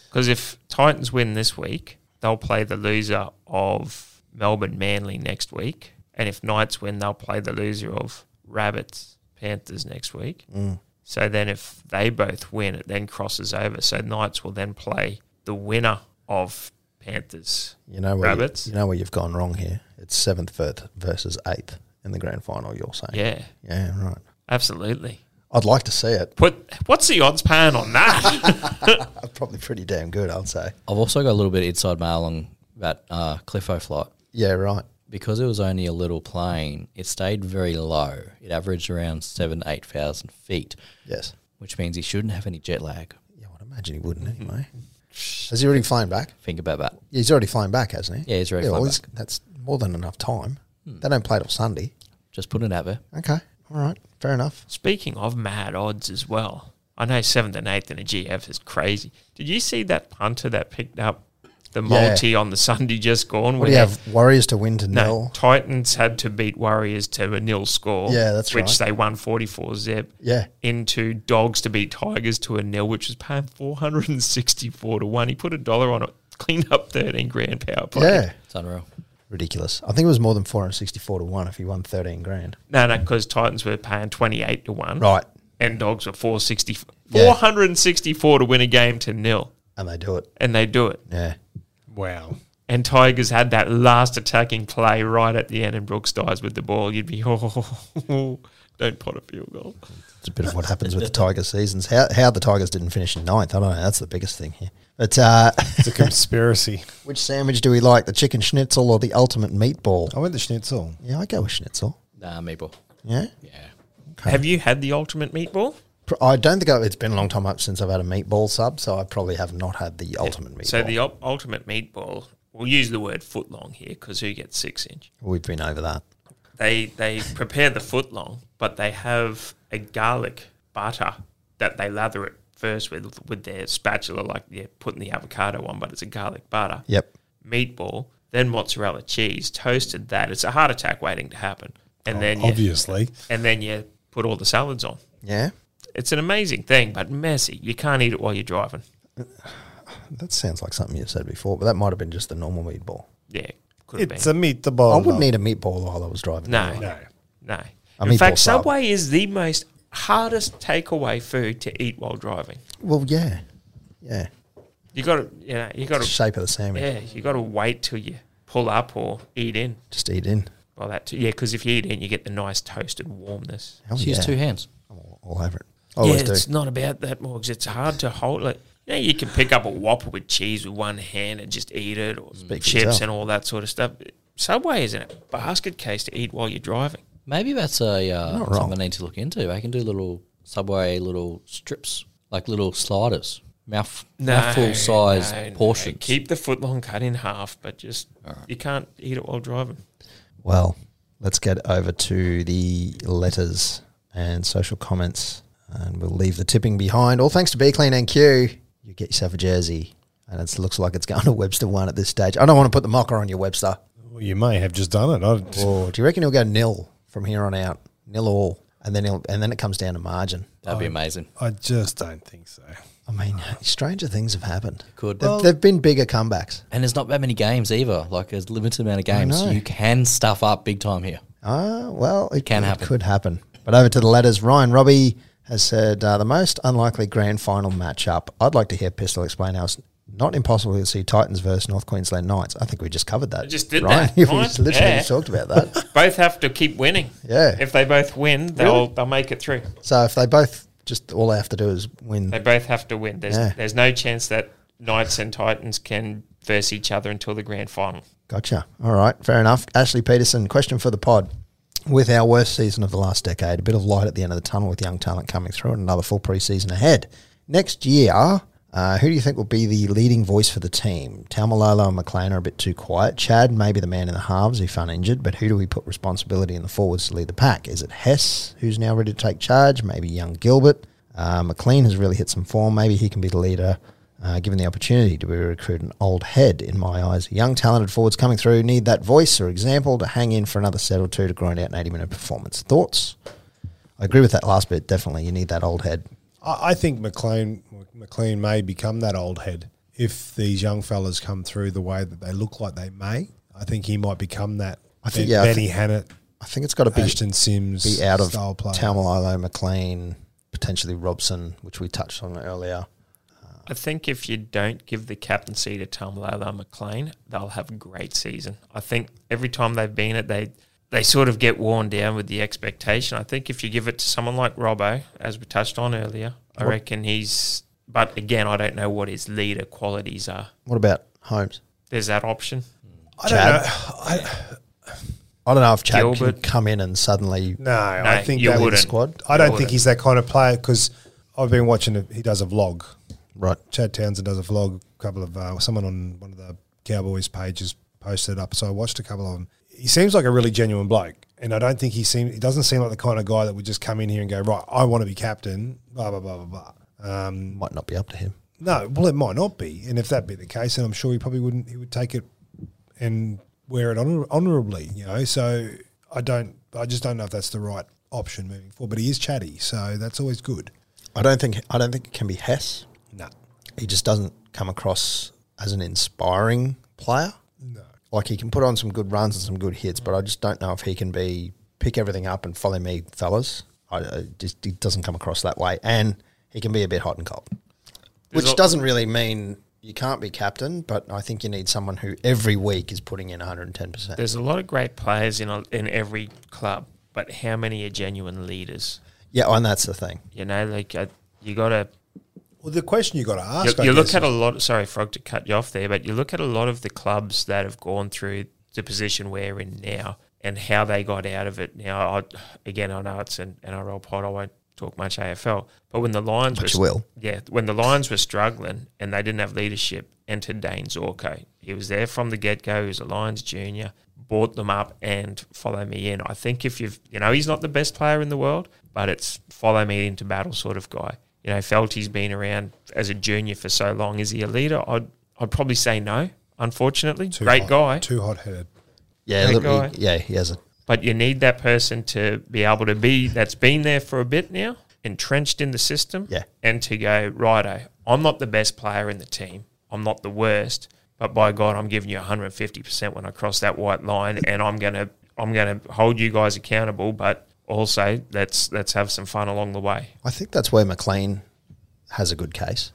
Because if Titans win this week, they'll play the loser of Melbourne Manly next week. And if Knights win, they'll play the loser of Rabbits Panthers next week.
Mm.
So then if they both win, it then crosses over. So Knights will then play the winner of Panthers.
You know where you,
Rabbits.
you know where you've gone wrong here. It's seventh ver- versus eighth in the grand final. You're saying,
Yeah,
yeah, right.
absolutely.
I'd like to see it.
Put what's the odds pan on that?
Probably pretty damn good, I'd say.
I've also got a little bit of inside mail on that uh, Cliffo flight.
Yeah, right.
Because it was only a little plane, it stayed very low. It averaged around seven, 8,000 feet,
Yes.
which means he shouldn't have any jet lag.
Yeah, I'd imagine he wouldn't anyway. Has he already flown back?
Think about that.
Yeah, he's already flown back, hasn't he?
Yeah, he's already flown Hmm.
he's- That's more than enough time. They don't play till Sunday.
Just put it out there.
Okay, all right, fair enough.
Speaking of mad odds as well, I know seventh and eighth in a GF is crazy. Did you see that punter that picked up the multi on the Sunday just gone?
What do you have? Warriors to win to
No,
nil.
Titans had to beat Warriors to a nil score.
Yeah, that's
which
right.
they won forty four zip.
Yeah.
Into Dogs to beat Tigers to a nil, which was paying four hundred and sixty four to one. He put a dollar on it, cleaned up thirteen grand power play.
Yeah,
It's unreal.
ridiculous. I think it was more than four hundred sixty-four to one if he won thirteen grand.
No, no, because Titans were paying twenty eight to one.
Right,
And dogs were 460,
Yeah.
464 to win a game to nil.
and they do it.
and they do it.
Yeah,
Wow.
And Tigers had that last attacking play right at the end, and Brooks dies with the ball. You'd be, oh, don't pot a field goal.
it's a bit of what happens with the Tiger seasons. How how the Tigers didn't finish in ninth, I don't know. That's the biggest thing here. But uh,
It's a conspiracy.
which sandwich do we like? The chicken schnitzel or the ultimate meatball?
I went the schnitzel.
Yeah, I go with schnitzel.
Nah, Meeple.
Yeah,
Yeah.
Have you had the ultimate meatball?
Pr- I don't think I, it's been a long time up since I've had a meatball sub, so I probably have not had the ultimate meatball.
So the ul- ultimate meatball, we'll use the word footlong here because who gets six inch?
We've been over that.
They they prepare the footlong, but they have a garlic butter that they lather it first with with their spatula, like they're putting the avocado on, but it's a garlic butter.
Yep.
meatball, then mozzarella cheese, toasted that. It's a heart attack waiting to happen.
Oh,
And then you,
Obviously.
and then you put all the salads on.
Yeah.
It's an amazing thing, but messy. You can't eat it while you're driving.
That sounds like something you've said before, but that might have been just the normal meatball.
Yeah, could have
It's
been.
a
Oh,
meatball.
I wouldn't e- eat a meatball while I was driving.
No,
No.
no.
A
In fact,
meatball sub.
Subway is the most hardest takeaway food to eat while driving.
Well, yeah. Yeah.
You got to, you know, you got to,
Shape of the sandwich.
yeah, you got to wait till you pull up or eat in.
Just eat in.
Well, that too, yeah, because if you eat in, you get the nice toasted warmness.
Hell
Just
Oh, yeah.
use two hands.
I'm all, all over it. I always
yeah,
do.
it's not about that, Morgs. It's hard to hold. Like, you know, you can pick up a Whopper with cheese with one hand and just eat it, or
for
chips
yourself.
and all that sort of stuff. Subway is in a basket case to eat while you're driving.
Maybe that's a uh,
not
something
wrong.
I need to look into. I can do little subway little strips, like little sliders, mouth mouthful size
no, no.
portions.
Keep the footlong cut in half, but just you can't eat it while driving.
Well, let's get over to the letters and social comments, and we'll leave the tipping behind. All thanks to Be Clean NQ, you get yourself a jersey, and it looks like it's going to Webster one at this stage. I don't want to put the mocker on you, Webster.
Well, you may have just done it. I,
Or Oh, do you reckon he'll go nil from here on out, nil all, and then he'll, and then it comes down to margin?
That'd be amazing.
I just don't think so.
I mean, stranger things have happened.
Could.
There- there've been bigger comebacks.
And there's not that many games either. Like there's limited amount of games.
know.
You can stuff up big time here.
Ah, well, it
Can
it
happen.
Could happen. But over to the letters. Ryan Robbie has said uh, the most unlikely grand final matchup. I'd like to hear Pistol explain how it's Not impossible to see Titans versus North Queensland Knights. I think we just covered that.
I just did
right?
that,
we
right?
just literally
Yeah.
just talked about that.
Both have to keep winning.
Yeah.
If they both win, they'll they'll make it through.
so if they both just all they have to do is win,
They both have to win. There's
Yeah.
there's no chance that Knights and Titans can verse each other until the grand final.
Gotcha. All right. Fair enough. Ashley Peterson, question for the pod. With our worst season of the last decade, a bit of light at the end of the tunnel with young talent coming through and another full preseason ahead. Next year, uh, who do you think will be the leading voice for the team? Tamalolo and McLean are a bit too quiet. Chad may be the man in the halves if uninjured, but who do we put responsibility in the forwards to lead the pack? Is it Hess, who's now ready to take charge? Maybe young Gilbert? Uh, McLean has really hit some form. Maybe he can be the leader uh, given the opportunity to be recruit an old head in my eyes. Young, talented forwards coming through need that voice or example to hang in for another set or two to grind out an 80 minute performance. Thoughts? I agree with that last bit, definitely. You need that old head.
I, I think McLean McLean may become that old head if these young fellas come through the way that they look like they may. I think he might become that. I
think- yeah, I
Benny Hannett,
I think it's got to be,
Ashton Sims,
be out of
style player.
Taumalolo, McLean, potentially Robson, which we touched on earlier.
I think if you don't give the captaincy to Tom Lala McLean, they'll have a great season. I think every time they've been it, they they sort of get worn down with the expectation. I think if you give it to someone like Robbo, as we touched on earlier, I reckon he's. But again, I don't know what his leader qualities are.
What about Holmes?
There's that option.
I don't
Chad.
know. I,
I don't know if Chad can
Gilbert.
come in and suddenly
no, I think
you
that
lead the
wouldn't.
squad.
I don't
I
think he's that kind of player because I've been watching. A, he does a vlog.
Right.
Chad Townsend does a vlog. A couple of uh, someone on one of the Cowboys pages posted up, so I watched a couple of them. He seems like a really genuine bloke, and I don't think he seems. He doesn't seem like the kind of guy that would just come in here and go, right, I want to be captain. Blah blah blah blah blah. Um,
might not be up to him.
no, well, it might not be, and if that be the case, then I'm sure he probably wouldn't. He would take it and wear it honor- honorably, you know. So I don't. I just don't know if that's the right option moving forward. But he is chatty, so that's always good.
I don't think I don't think it can be Hess.
No,
he just doesn't come across as an inspiring player.
no.
Like he can put on some good runs and some good hits, but I just don't know if he can be pick everything up and follow me, fellas. I, I just he doesn't come across that way, and he can be a bit hot and cold,
There's
which
al-
doesn't really mean you can't be captain. But I think you need someone who every week is putting in one hundred and ten percent.
There's a lot of great players in a, in every club, but how many are genuine leaders?
Yeah, and that's the thing.
You know, like uh, you got to
Well, the question you got to ask,
you,
I
you look
guess,
at a
is-
lot. Sorry, Frog, to cut you off there, but you look at a lot of the clubs that have gone through the position we're in now and how they got out of it. Now, I, again, I know it's an NRL pod. I won't talk much AFL, but when the Lions were
But you will.
yeah, when the Lions were struggling and they didn't have leadership, entered Dane Zorco. He was there from the get go. He was a Lions junior, brought them up and follow me in. I think if you've, you know, he's not the best player in the world, but it's follow me into battle sort of guy. You know, Felty's been around as a junior for so long. Is he a leader? I'd, I'd probably say no, unfortunately.
too
Great
hot-
guy.
too hot headed.
Yeah,
That
literally,
guy.
yeah, he has a
But you need that person to be able to be that's been there for a bit now, entrenched in the system,
Yeah.
and to go righto. I'm not the best player in the team. I'm not the worst, but by God, I'm giving you 150 percent when I cross that white line, and I'm gonna I'm gonna hold you guys accountable. But also, let's let's have some fun along the way.
I think that's where McLean has a good case,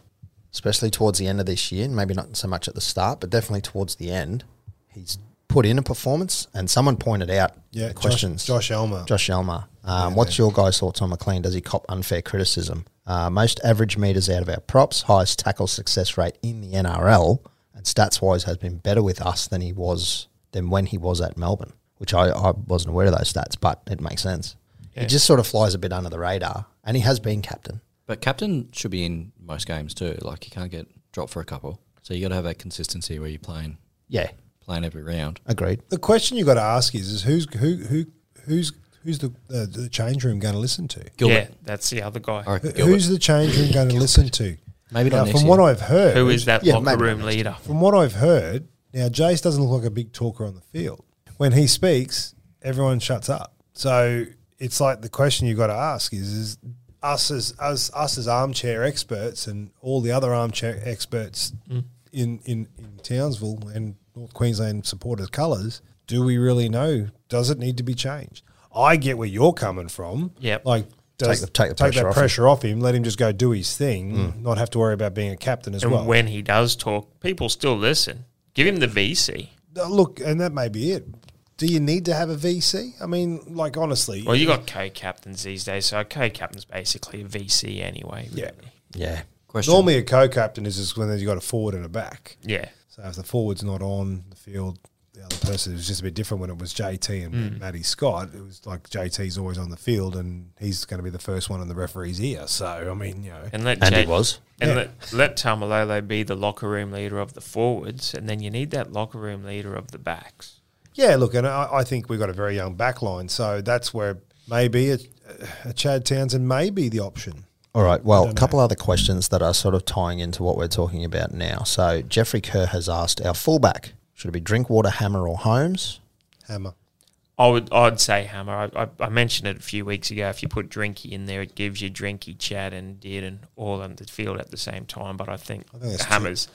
especially towards the end of this year, and maybe not so much at the start, but definitely towards the end. He's put in a performance, and someone pointed out
Yeah,
the questions.
Josh, Josh Elmer.
Josh Elmer. Um, what's your guys' thoughts on McLean? Does he cop unfair criticism? Uh, most average meters out of our props, highest tackle success rate in the NRL, and stats wise has been better with us than he was than when he was at Melbourne, which I, I wasn't aware of those stats, but it makes sense. He just sort of flies a bit under the radar, and he has been captain.
But captain should be in most games too. Like you can't get dropped for a couple. So you got to have that consistency where you're playing
Yeah,
playing every round.
agreed.
The question you got to ask is, is who's who who who's who's the the, the change room going to listen to?
Yeah, that's the other guy.
I reckon
Who-
Gilbert.
Who's the change room going to listen to?
Maybe
Now,
not next
from what
year.
I've heard,
Who is that
Yeah,
locker
maybe
room leader?
From what I've heard, now Jace doesn't look like a big talker on the field. When he speaks, everyone shuts up. So it's like the question you got to ask is, is us as us us as armchair experts and all the other armchair experts
Mm.
in, in in Townsville and North Queensland supporters' colours. Do we really know? Does it need to be changed? I get where you're coming from.
Yep.
Like does
Take the- take the pressure
that
off him. Mm.
pressure off him. let him just go do his thing, not have to worry about being a captain as
And
well.
when he does talk, people still listen. Give him the VC.
Uh, Look, and that may be it. Do you need to have a VC? I mean, like honestly,
Well, you got co-captains these days, so a co-captain's basically a VC anyway.
Yeah.
really.
Yeah.
Question.
normally a co-captain is just when you got a forward and a back.
yeah.
So if the forward's not on the field, the other person it was just a bit different when it was JT and
Hmm.
Matty Scott. It was like JT's always on the field and he's going to be the first one in the referee's ear. So I mean, you know,
And let
And
Jay-
it was.
And
Yeah.
let, let Tamalolo be the locker room leader of the forwards, and then you need that locker room leader of the backs.
yeah. Look, and I, I think we've got a very young back line, so that's where maybe a, a Chad Townsend may be the option.
All right. Well, a couple other questions that are sort of tying into what we're talking about now. So Jeffrey Kerr has asked our fullback should it be Drinkwater, Hammer, or Holmes?
Hammer.
I would, I'd say Hammer. I, I, I mentioned it a few weeks ago. If you put Drinky in there, it gives you Drinky, Chad, and Dearden all on the field at the same time. But I think,
think
the
that's too-
Hammers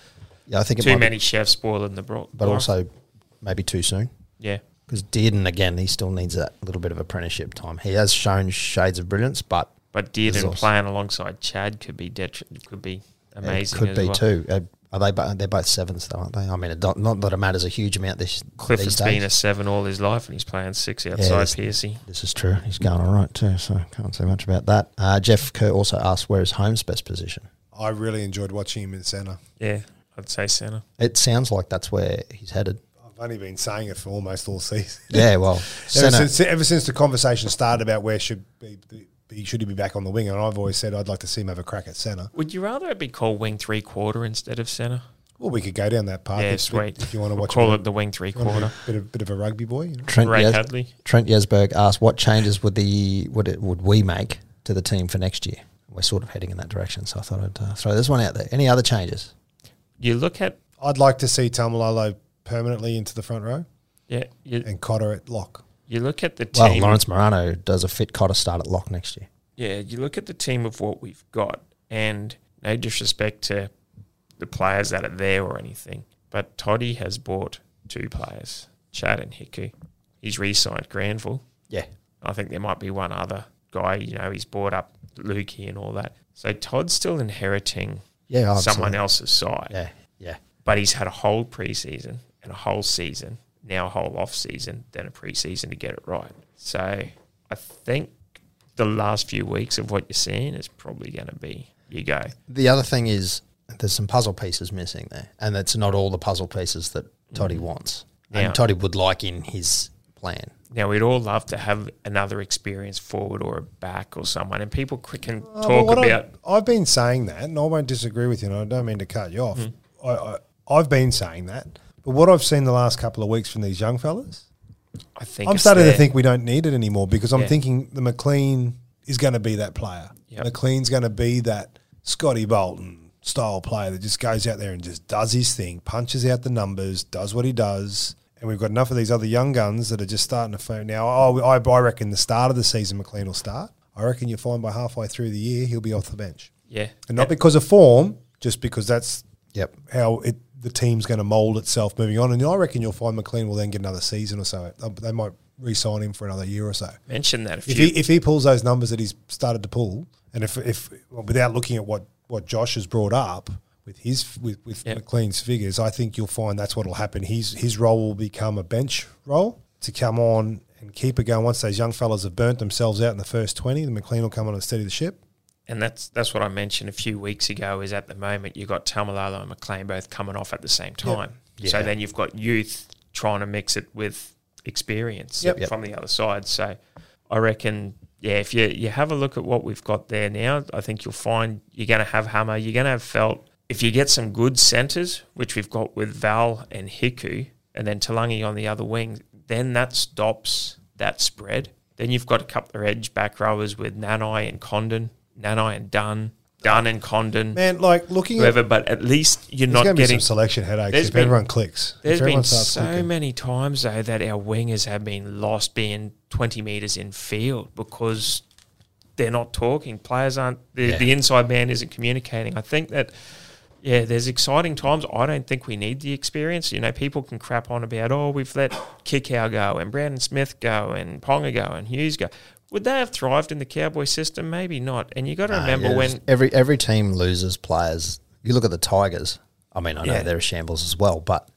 Yeah, I think it
too
might be-
many chefs spoiling the broth.
but also maybe too soon.
yeah,
Because Dearden, again, he still needs that little bit of apprenticeship time. He has shown shades of brilliance, but
but
There's
Dearden
also-
playing alongside Chad could be detri- could be amazing.
it could
as
be
well.
too. Uh, are they? bo- They're both sevens, though, aren't they? I mean, it don't, not that it matters a huge amount this these
Clifford's
days.
been a seven all his life, and he's playing six outside
he's-
Piercy.
This is true. He's going all right too, so can't say much about that. Uh, Jeff Kerr also asked, "Where is Holmes' best position?"
I really enjoyed watching him in centre.
Yeah, I'd say centre.
It sounds like that's where he's headed.
I've only been saying it for almost all season.
Yeah, well,
Ever
centre.
since, ever since the conversation started about where should be, be should he be back on the wing, and I've always said I'd like to see him have a crack at centre.
Would you rather it be called wing three quarter instead of centre?
Well, we could go down that path.
Yeah,
It's a bit-
sweet.
If you want to watch,
Call
a,
it the wing three
you wanna be
quarter.
a bit of, bit of a rugby boy. You know?
Trent,
Ray
Yes-
Hadley.
Trent Yesberg asked, "What changes would the would it would we make to the team for next year?" We're sort of heading in that direction, so I thought I'd uh, throw this one out there. Any other changes?
You look at
I'd like to see Tamalolo permanently into the front row
yeah, you,
and Cotter at lock.
you look at the
Well,
team.
Lawrence Morano does a fit Cotter start at lock next year.
yeah, you look at the team of what we've got, and no disrespect to the players that are there or anything, but Toddy has bought two players, Chad and Hiku. He's re-signed Granville.
Yeah,
I think there might be one other guy. You know, he's bought up Lukey and all that. So Todd's still inheriting
yeah,
someone
absolutely.
else's side.
Yeah, yeah,
but he's had a whole preseason and a whole season, now a whole off season, then a preseason to get it right. So I think the last few weeks of what you're seeing is probably going to be you go.
The other thing is there's some puzzle pieces missing there, and it's not all the puzzle pieces that Toddy wants
Mm. Yeah.
and Toddy would like in his plan.
Now we'd all love to have another experienced forward or a back or someone, and people c- can
Uh, but
talk
what I-
about
I've been saying that, and I won't disagree with you. And I don't mean to cut you
Mm.
off. I, I, I've been saying that, but what I've seen the last couple of weeks from these young fellas,
I think
I'm
it's
starting to
there.
think we don't need it anymore because I'm
Yeah.
thinking the McLean is going to be that player.
Yep.
McLean's going to be that Scotty Bolton style player that just goes out there and just does his thing, punches out the numbers, does what he does. And we've got enough of these other young guns that are just starting to phone now. Oh, I, I reckon the start of the season McLean will start. I reckon you'll find by halfway through the year he'll be off the bench,
yeah,
and not because of form, just because that's
Yep.
how it the team's going to mould itself moving on. And I reckon you'll find McLean will then get another season or so. Uh, They might re-sign him for another year or so.
mention that a few.
If he if he pulls those numbers that he's started to pull, and if if well, without looking at what what Josh has brought up with his with with
Yeah.
McLean's figures, I think you'll find that's what'll happen. His his role will become a bench role to come on and keep it going. Once those young fellas have burnt themselves out in the first twenty, then McLean will come on and steady the ship.
and that's that's what I mentioned a few weeks ago. Is at the moment you got Tamalolo and McLean both coming off at the same time. So then you've got youth trying to mix it with experience
Yep. Yep.
from the other side. So I reckon, yeah, if you you have a look at what we've got there now, I think you'll find you're going to have Hammer, you're going to have Felt. If you get some good centres, which we've got with Val and Hiku, and then Talangi on the other wing, then that stops that spread. Then you've got a couple of edge back rowers with Nanai and Condon, Nanai and Dunn, Dunn and Condon,
Man, like looking at
whoever. But at least you're
there's
not
going to be some
getting
selection headaches
There's
if
been-
everyone clicks.
there's
if everyone
been so many times though that our wingers have been lost being 20 meters in field because they're not talking. Players aren't the, the inside man isn't communicating. I think that Yeah, there's exciting times. I don't think we need the experience. You know, people can crap on about, oh, we've let Kickow go and Brandon Smith go and Ponga go and Hughes go. Would they have thrived in the Cowboy system? Maybe not. And you got to remember
Yeah,
when
every every team loses players. You look at the Tigers. I mean, I know
Yeah.
they're a shambles as well, but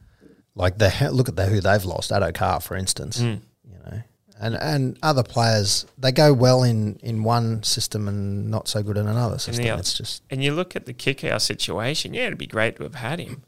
like the he- look at the, who they've lost. Addo Carr, for instance,
Mm.
you know, and and other players they go well in in one system and not so good in another system.
other.
it's just
and you look at the Kickow situation, yeah, it'd be great to have had him.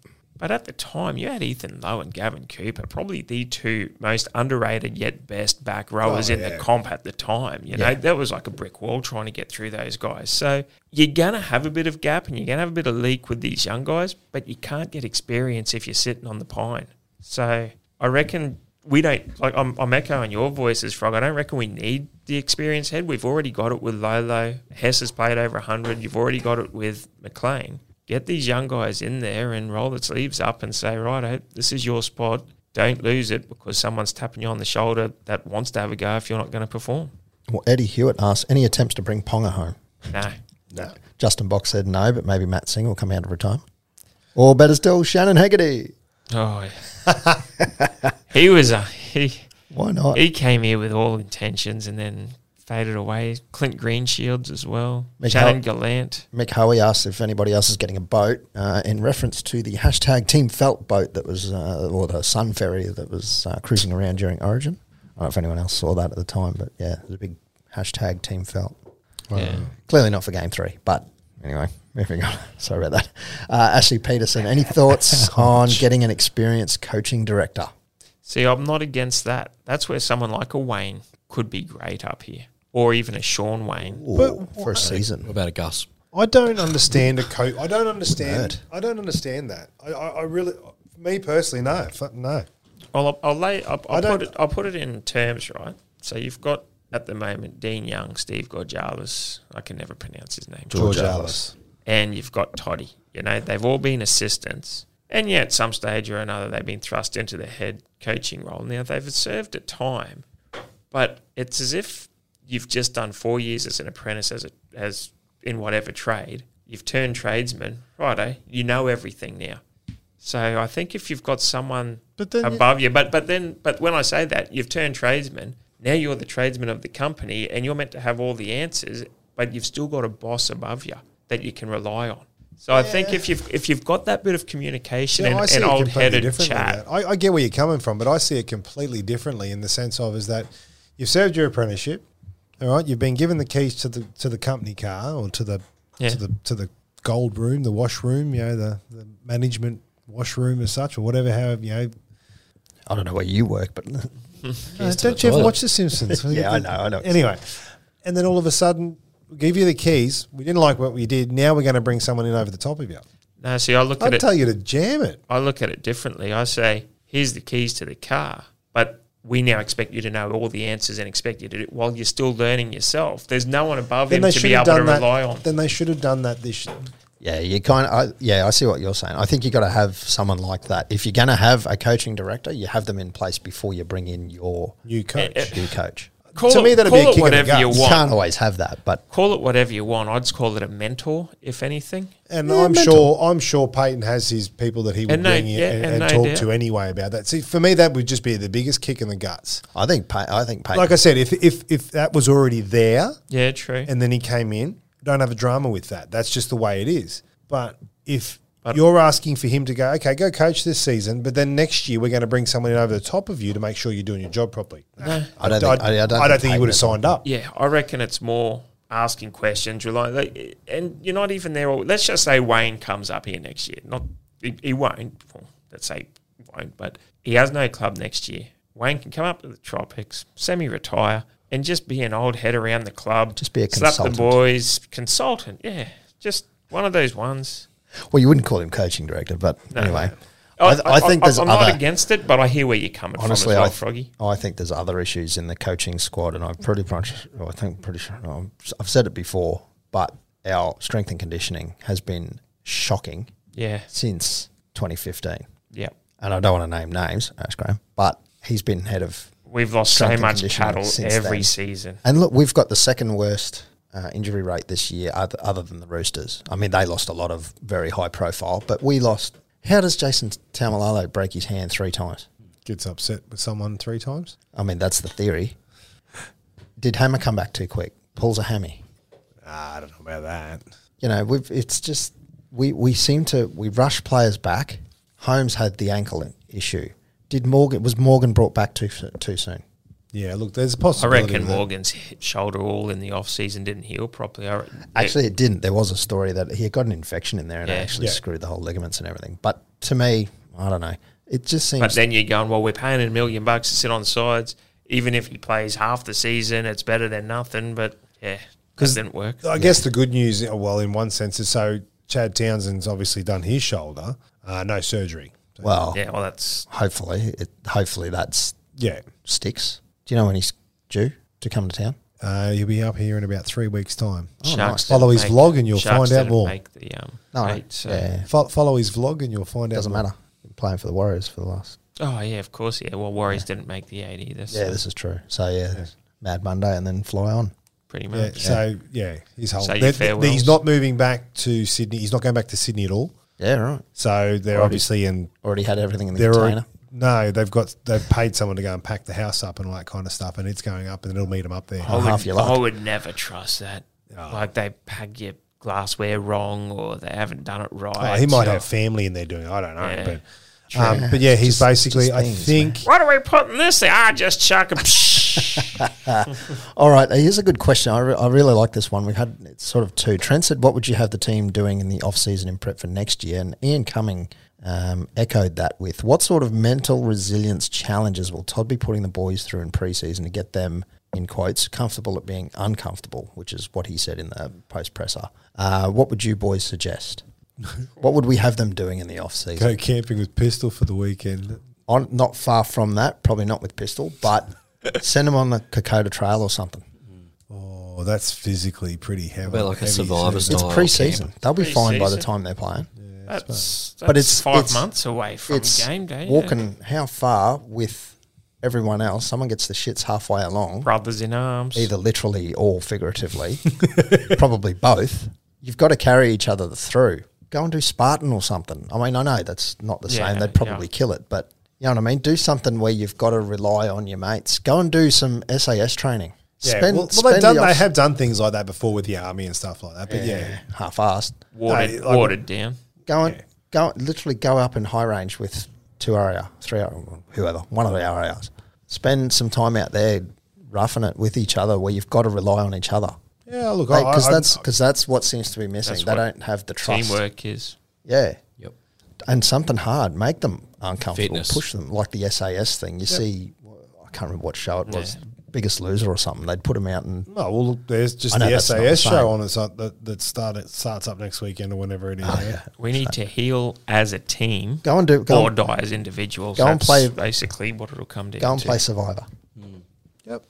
But at the time, you had Ethan Lowe and Gavin Cooper, probably the two most underrated yet best back rowers
Oh,
in
yeah.
the comp at the time. You know, that was like a brick wall trying to get through those guys. So you're going to have a bit of gap and you're going to have a bit of leak with these young guys, but you can't get experience if you're sitting on the pine. So I reckon we don't, like, I'm, I'm echoing your voices, Frog. I don't reckon we need the experience head. We've already got it with Lolo. Hess has played over 100. You've already got it with McLean. Get these young guys in there and roll the sleeves up and say, righto, this is your spot. Don't lose it because someone's tapping you on the shoulder that wants to have a go if you're not going to perform.
well, Eddie Hewitt asked any attempts to bring Ponga home.
No.
No.
Justin Box said no, but maybe Matt Singh will come out of retirement, or better still, Shannon Haggerty.
Oh, yeah. he was a he.
Why not?
He came here with all intentions and then faded away. Clint Greenshields as well.
Mick
Shannon Gallant.
Mick Hoey asks if anybody else is getting a boat uh, in reference to the hashtag Team Felt boat that was, uh, or the Sun Ferry that was uh, cruising around during Origin. I don't know if anyone else saw that at the time, but yeah, it was a big hashtag Team Felt.
Yeah.
Clearly not for game three, but anyway, moving on. Sorry about that. Uh, Ashley Peterson, any thoughts on getting an experienced coaching director?
See, I'm not against that. That's where someone like a Wayne could be great up here, or even a Sean Wayne.
Ooh,
But
for a
What
season.
about a Gus?
I don't understand a coach. I don't understand.
Nerd.
I don't understand that. I, I, I really, me personally, no, Fuck no.
I'll, I'll lay. I'll, I'll
I don't-
put it. I'll put it in terms, right? So you've got at the moment Dean Young, Steve Gorjalis. I can never pronounce his name.
George Alice.
and you've got Toddy. You know, they've all been assistants. And yeah, at some stage or another, they've been thrust into the head coaching role. Now, they've served a time, but it's as if you've just done four years as an apprentice, as, a, as in whatever trade. You've turned tradesman, righto, you know everything now. So I think if you've got someone
But then you-
above you, but but then but when I say that, you've turned tradesman. Now you're the tradesman of the company, and you're meant to have all the answers, but you've still got a boss above you that you can rely on. So I think if you've if you've got that bit of communication
Yeah, I
and,
see
and
it
old
completely
headed
differently,
chat,
mate. I, I get where you're coming from, but I see it completely differently in the sense of is that you've served your apprenticeship, all right. You've been given the keys to the to the company car or to the
Yeah.
to the to the gold room, the washroom, you know, the, the management washroom as such, or whatever. However, you know,
I don't know where you work, but
No,
to the
don't you ever
toilet.
watch The Simpsons?
Yeah, I know, I know.
Anyway, and then all of a sudden, we give you the keys. We didn't like what we did. Now we're going to bring someone in over the top of you.
no, see, I look at
I'd
it.
tell you to jam it.
I look at it differently. I say, here's the keys to the car, but we now expect you to know all the answers and expect you to do it while you're still learning yourself. There's no one above
Then
him
they
to be
should
able
have
to
done that.
rely on.
Then they should have done that this.
Yeah, you kind of. I, yeah, I see what you're saying. I think you got to have someone like that. If you're going to have a coaching director, you have them in place before you bring in your
Eh,
New coach.
new coach.
Call
To
it,
me, that'd
call
be a
it
kick in the
whatever you
guts.
You
want.
can't always have that, but
Call it whatever you want. I'd just call it a mentor, if anything.
And I'm sure I'm sure Peyton has his people that he would
And no-
bring in
yeah,
and,
and
and
no
talk
doubt.
to anyway about that. See, for me, that would just be the biggest kick in the guts.
I think Pay, I think Pay,
Like I said, if if if that was already there,
Yeah, true.
and then he came in. Don't have a drama with that. That's just the way it is. But if you're asking for him to go, okay, go coach this season, but then next year we're going to bring someone in over the top of you to make sure you're doing your job properly.
I don't think- I- I don't think
think he would
Payton-
have signed up.
Yeah, I reckon it's more asking questions, relying, like, and you're not even there. All, let's just say Wayne comes up here next year. Not he, he won't. Well, let's say he won't, but he has no club next year. Wayne can come up to the tropics, semi-retire, and just be an old head around the club.
Just be a
slap
consultant.
the boys, consultant. Yeah, just one of those ones.
well, you wouldn't call him coaching director, but anyway, I,
I,
th- I think there's
I'm
other.
not against it, but I hear where you're coming from
honestly,
as well,
I,
Froggy.
I think there's other issues in the coaching squad, and I'm pretty much, I think, pretty sure no, I've said it before, but our strength and conditioning has been shocking
Yeah,
since 2015.
yeah.
and I don't want to name names, Ash Graham, but he's been head of.
We've lost so
Strength and
much
conditioning
cattle
since
every
then.
season.
And look, we've got the second worst uh, injury rate this year, other, other than the Roosters. I mean, they lost a lot of very high profile, but we lost. How does Jason Tamalalo break his hand three times?
Gets upset with someone three times.
I mean, that's the theory. Did Hammer come back too quick? Pulls a hammy.
Ah, I don't know about that.
You know, we've, it's just we we seem to we rush players back. Holmes had the ankle in- issue. Did Morgan was Morgan brought back too so- too soon?
Yeah, look, there's a
I
possibility.
reckon
that-
Morgan's hip- shoulder all in the off season didn't heal properly. I re-
Actually, it didn't. There was a story that he had got an infection in there and it
Yeah.
actually
Yeah.
screwed the whole ligaments and everything. But to me, I don't know. It just seems
But then you're going, well, we're paying him a million bucks to sit on the sides. Even if he plays half the season, it's better than nothing. But yeah, because didn't work.
I guess the good news, uh, well, in one sense, is so Chad Townsend's obviously done his shoulder, uh, no surgery. So,
well.
Yeah, well, that's
Hopefully, it, hopefully that's
yeah,
sticks. Do you know when he's due to come to town?
uh, he'll be up here in about three weeks' time.
Sharks.
Oh, nice. Follow his
didn't
vlog and you'll
Sharks
find out
didn't
more.
Make the, um,
No,
eight, so-
yeah,
Fo- follow his vlog and you'll find
doesn't
out.
matter. Been playing for the Warriors for the last
Oh yeah, of course. Yeah. Well, Warriors didn't make the eight either. So
Yeah, this is true. So yeah, Mad Monday and then fly on.
pretty
Yeah,
much.
So yeah, his whole
Say your
they're- they're-
farewells.
he's not moving back to Sydney. He's not going back to Sydney at all.
Yeah, right.
So they're
Already-
obviously in.
Already had everything in the
They're
container.
no, they've got they've paid someone to go and pack the house up and all that kind of stuff, and it's going up, and it'll meet him up there.
I would,
half your luck.
I would never trust that.
Oh.
Like they pack your glassware wrong, or they haven't done it right.
Oh, he might
so-
have family in there doing. I don't know,
Yeah.
but
True.
um,
Yeah,
but yeah,
it's
he's
just-
basically.
just
I
things,
think
What are we putting this? There? Ah, just chuck 'em.
All right, here's a good question. I, re- I really like this one. We've had it's sort of two. Trent said, "What would you have the team doing in the off season in prep for next year?" And Ian Cumming um, echoed that with, "What sort of mental resilience challenges will Todd be putting the boys through in preseason to get them?" In quotes, comfortable at being uncomfortable, which is what he said in the post presser. Uh, what would you boys suggest? what would we have them doing in the off season?
go camping with pistol for the weekend.
on not far from that, probably not with pistol, but send them on the Kokoda Trail or something.
Oh, that's physically pretty heavy.
About like a
heavy
survivor
food.
It's
Oh,
pre-season; they'll be fine by the
Pre-season.
time they're playing.
That's, that's
But it's-
five
it's-
months away from
it's
game day. yeah.
walking how far with everyone else? Someone gets the shits halfway along,
brothers in arms.
either literally or figuratively, probably both. You've got to carry each other through. Go and do Spartan or something. I mean, I know that's not the
Yeah,
same; they'd probably
yeah.
kill it, but you know what I mean. Do something where you've got to rely on your mates. Go and do some SAS training.
Yeah,
Spend-
well, well
spend
they've
the
done. They
off-
have done things like that before with the army and stuff like that. But yeah,
half-assed.
watered,
No, like-
watered down.
Go and go, literally go up in high range with two RAR, three RAR, whoever, one of the RARs. Spend some time out there roughing it with each other, where you've got to rely on each other.
yeah. Look, I-
Because
I-
that's because that's what seems to be missing.
That's
They
what
don't have the trust.
Teamwork is.
Yeah,
Yep.
and something hard, make them uncomfortable,
Fitness.
push them like the SAS thing. You see, I can't remember what show it was,
Yeah.
Biggest Loser or something. They'd put them out and
No, well, look, there's just
I know
the
that's not the
SAS
same.
show on us uh, that that start, it starts up next weekend or whenever it is.
Oh,
yeah.
We need to heal as a team
go and do go,
or
and,
die as individuals.
go and
That's
play-
basically what it'll come down
go and
to.
play Survivor.
Yep,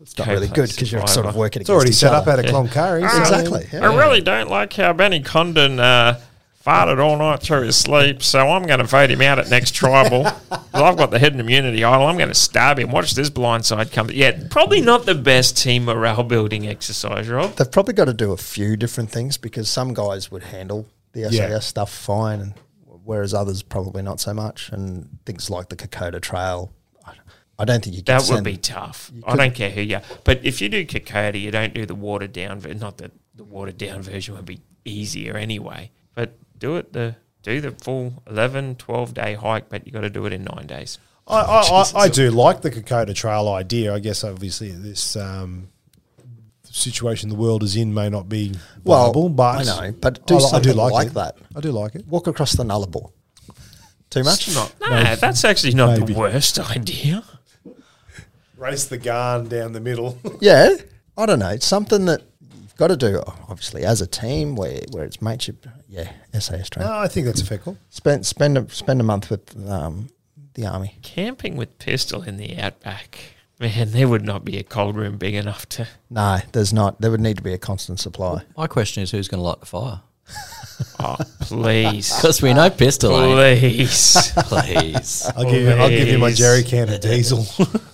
It's not
Go
really
play
good because you're sort of
Survivor.
working.
it's already
against each
set up
other.
out of Cloncurry. so-
Exactly. yeah.
I really don't like how Benny Condon uh, farted all night through his sleep, so I'm going to vote him out at next tribal. Well, I've got the hidden immunity idol. I'm going to stab him. Watch this blindside come. Yeah, probably not the best team morale building exercise, Rob.
They've probably got to do a few different things because some guys would handle the SAS
Yeah.
stuff fine, and whereas others probably not so much. And things like the Kokoda Trail, I- I don't think you can.
That would
send-
be tough. I don't care who you are. But if you do Kokoda, you don't do the watered down version. Not that the watered down version would be easier anyway. But do it the do the full 11, 12 day hike, but you got to do it in nine days.
I, I, I, I do like the Kokoda Trail idea. I guess obviously this um, situation the world is in may not be
Well,
viable, but
I know, but do something like
it.
that.
I do like it.
Walk across the Nullarbor. Too much?
Not, no, that's actually not
maybe.
the worst idea.
Race the Garn down the middle.
Yeah, I don't know. It's something that you've got to do, obviously, as a team where where it's mateship. Yeah, SAS training.
no, I think that's a fair call.
Spend spend a, spend a month with um, the army.
Camping with pistol in the outback. Man, there would not be a cold room big enough to.
No, there's not. There would need to be a constant supply.
My question is who's going to light the fire?
Oh, please.
Because we know pistol. eh? ain't.
please.
Please.
I'll give you. I'll give you my
Please.
jerry can of diesel.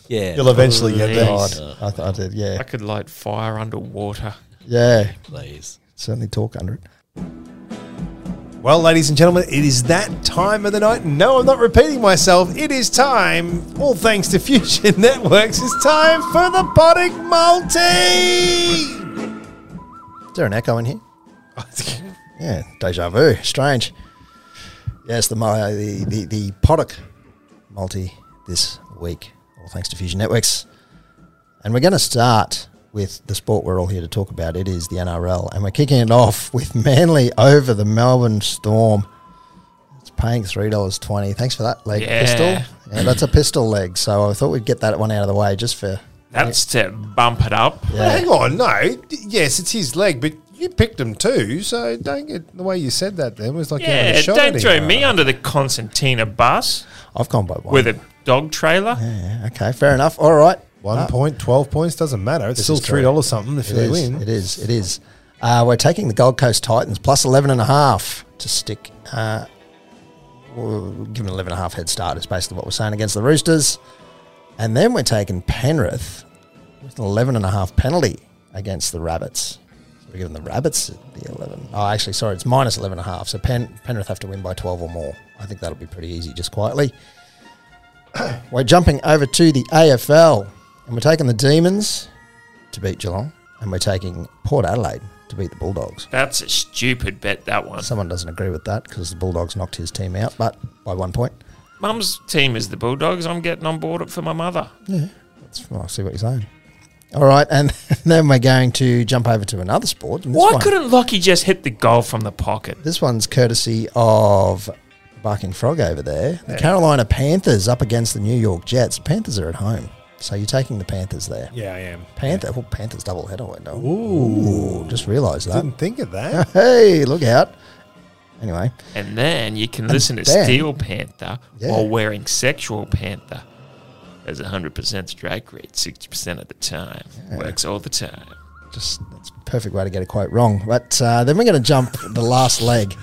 Yeah.
You'll eventually get there.
Please.
I, th- I did. Yeah,
I could light fire underwater.
Yeah,
Please.
certainly talk under it.
Well, ladies and gentlemen, it is that time of the night. No, I'm not repeating myself. It is time, all thanks to Fusion Networks, it's time for the Podic Multi!
Is there an echo in here? Yeah, deja vu. Strange. Yes, the my the the, the Poddock multi this week. All thanks to Fusion Networks, and we're going to start with the sport we're all here to talk about. It is the NRL, and we're kicking it off with Manly over the Melbourne Storm. It's paying three dollars twenty. Thanks for that leg
Yeah.
pistol. Yeah, that's a pistol leg. So I thought we'd get that one out of the way just for.
That's to bump it up.
Yeah.
Hang on, no. D- Yes, it's his leg, but you picked him too, so don't get the way you said that then was like you had
Yeah,
a shot at
don't
him.
throw me under the Constantina bus
I've gone by one.
with a dog trailer.
yeah, okay, fair enough. All right.
One point, 12 points, doesn't matter. It's
This
still
is correct.
$3 something if
It
they
is,
win.
It is. It is. Uh, we're taking the Gold Coast Titans plus 11 and a half to stick. Uh, we'll give an 11 and a half head start is basically what we're saying against the Roosters. And then we're taking Penrith with an 11 and a half penalty against the Rabbits. So we're giving the Rabbits the 11. Oh, actually, sorry, it's minus 11 and a half. So Pen, Penrith have to win by 12 or more. I think that'll be pretty easy just quietly. we're jumping over to the AFL and we're taking the Demons to beat Geelong, and we're taking Port Adelaide to beat the Bulldogs.
That's a stupid bet, that one.
Someone doesn't agree with that because the Bulldogs knocked his team out, but by one point.
Mum's team is the Bulldogs. I'm getting on board it for my mother.
Yeah, that's, well, I see what you're saying. All right, and then we're going to jump over to another sport. and this
Why
one-
couldn't Lockie just hit the goal from the pocket?
This one's courtesy of Barking Frog over there. The Carolina Panthers up against the New York Jets. Panthers are at home, so you're taking the Panthers there.
Yeah, I am.
Panther, well, Panthers double header window. Ooh, just realised that.
Didn't think of that.
Hey, look out! Anyway,
And then you can listen to
then-
Steel Panther
Yeah.
while wearing Sexual Panther. There's a 100% strike rate 60% of the time. Works all the time.
just that's a perfect way to get a quote wrong. But uh, then we're going to jump. The last leg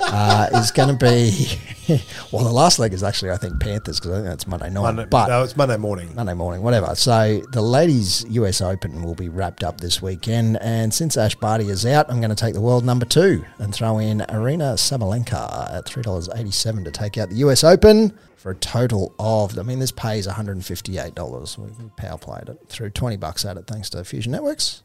uh, is going to be well. The last leg is actually I think Panthers because I think that's Monday night.
Monday,
but
no, it's Monday morning.
Monday morning, whatever. So the ladies' US Open will be wrapped up this weekend, and since Ash Barty is out, I'm going to take the world number two and throw in Arena Sabalenka at three dollars eighty-seven to take out the US Open for a total of. I mean, this pays one hundred and fifty-eight dollars. We we power played it, threw twenty bucks at it thanks to Fusion Networks.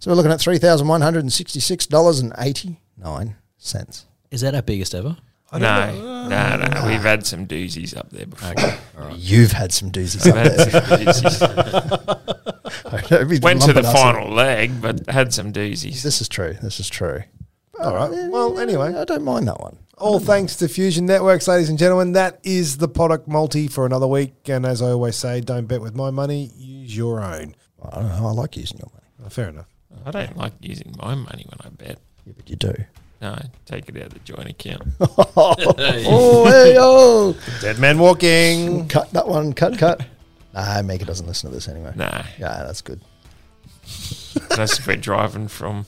So we're looking at three thousand one hundred and sixty-six dollars and eighty-nine cents.
Is that our biggest ever?
No, no, no,
Ah.
We've had some doozies up there before.
You've had some doozies
We've
up
had
there.
some doozies.
Every
Went to
lump
the
of us-
final leg, but had some doozies.
This is true. This is true. Oh,
All right. Well, anyway.
I don't mind that one.
All thanks to Fusion Networks, ladies and gentlemen. That is the product multi for another week. And as I always say, don't bet with my money, use your own.
I don't know. I like using your money.
Oh, fair enough.
I don't like using my money when I bet.
Yeah, but you do.
No, take it out of the joint account.
oh, hey, oh.
Dead man walking.
Cut that one. Cut, cut. Nah, Mega doesn't listen to this anyway.
No,
Yeah, that's good.
unless if we're driving from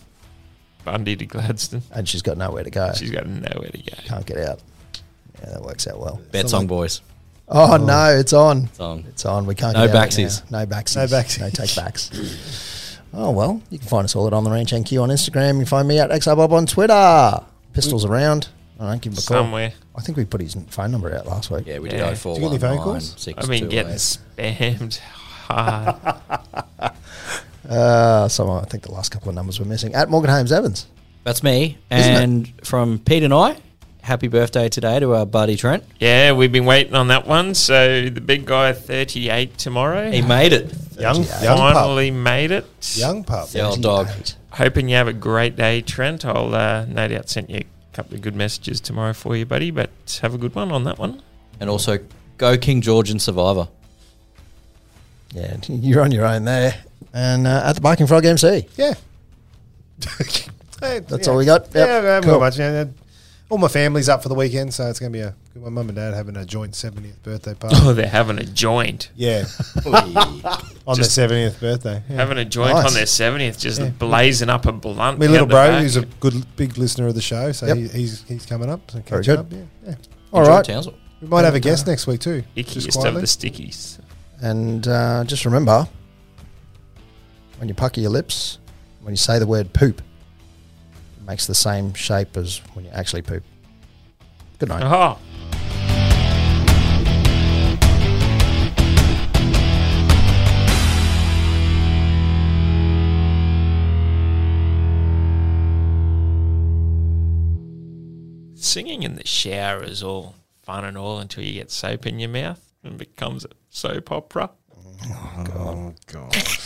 Bundy to Gladstone.
And she's got nowhere to go.
She's got nowhere to go.
Can't get out. Yeah, that works out well.
Bet song, boys.
Oh, no, it's on.
It's on.
It's on. We can't
No
get out of it
backsies.
now. No backsies.
No backsies.
No take backs. oh, well, you can find us all at On The Ranch NQ on Instagram. You can find me at XRBob on Twitter. Pistols around. I don't give him a call.
Somewhere.
I think we put his phone number out last week.
Yeah, we
Yeah.
did 04
Do you get any phone calls?
I've been getting spammed hard.
Uh, so I think the last couple of numbers were missing. At Morgan Holmes Evans.
That's me.
Isn't it?
And from Pete and I, happy birthday today to our buddy Trent.
yeah, we've been waiting on that one. So the big guy, 38 tomorrow,
He made it.
Young, young pup.
finally made it.
Young pup.
The old dog.
38.
Hoping you have a great day, Trent. I'll uh, no doubt send you a couple of good messages tomorrow for you, buddy. But have a good one on that one.
And also, go King George and Survivor.
Yeah, you're on your own there. And uh, at the Barking Frog MC.
Yeah. Hey,
That's
yeah.
all we got? Yep.
Yeah, we haven't got
Cool.
much. Yeah, yeah. All my family's up for the weekend, so it's going to be a good one. Mum and dad having a joint 70th birthday party.
Oh, they're having a joint.
yeah, on
Just-
their 70th birthday. Yeah.
Having a joint
Nice.
on their 70th, just blazing up a blunt.
My
out
little
the
bro,
back.
who's a good big listener of the show, so
Yep.
he, he's he's coming up. So
Very
catch up. Yeah,
good.
yeah.
All
Enjoy
right.
Townsville.
We might have a guest next week too.
ickiest of the stickies.
And uh, just remember when you pucker your lips, when you say the word poop, it makes the same shape as when you actually poop. Good night.
Oh. Singing in the shower is all fun and all until you get soap in your mouth and becomes a soap opera.
Oh, God.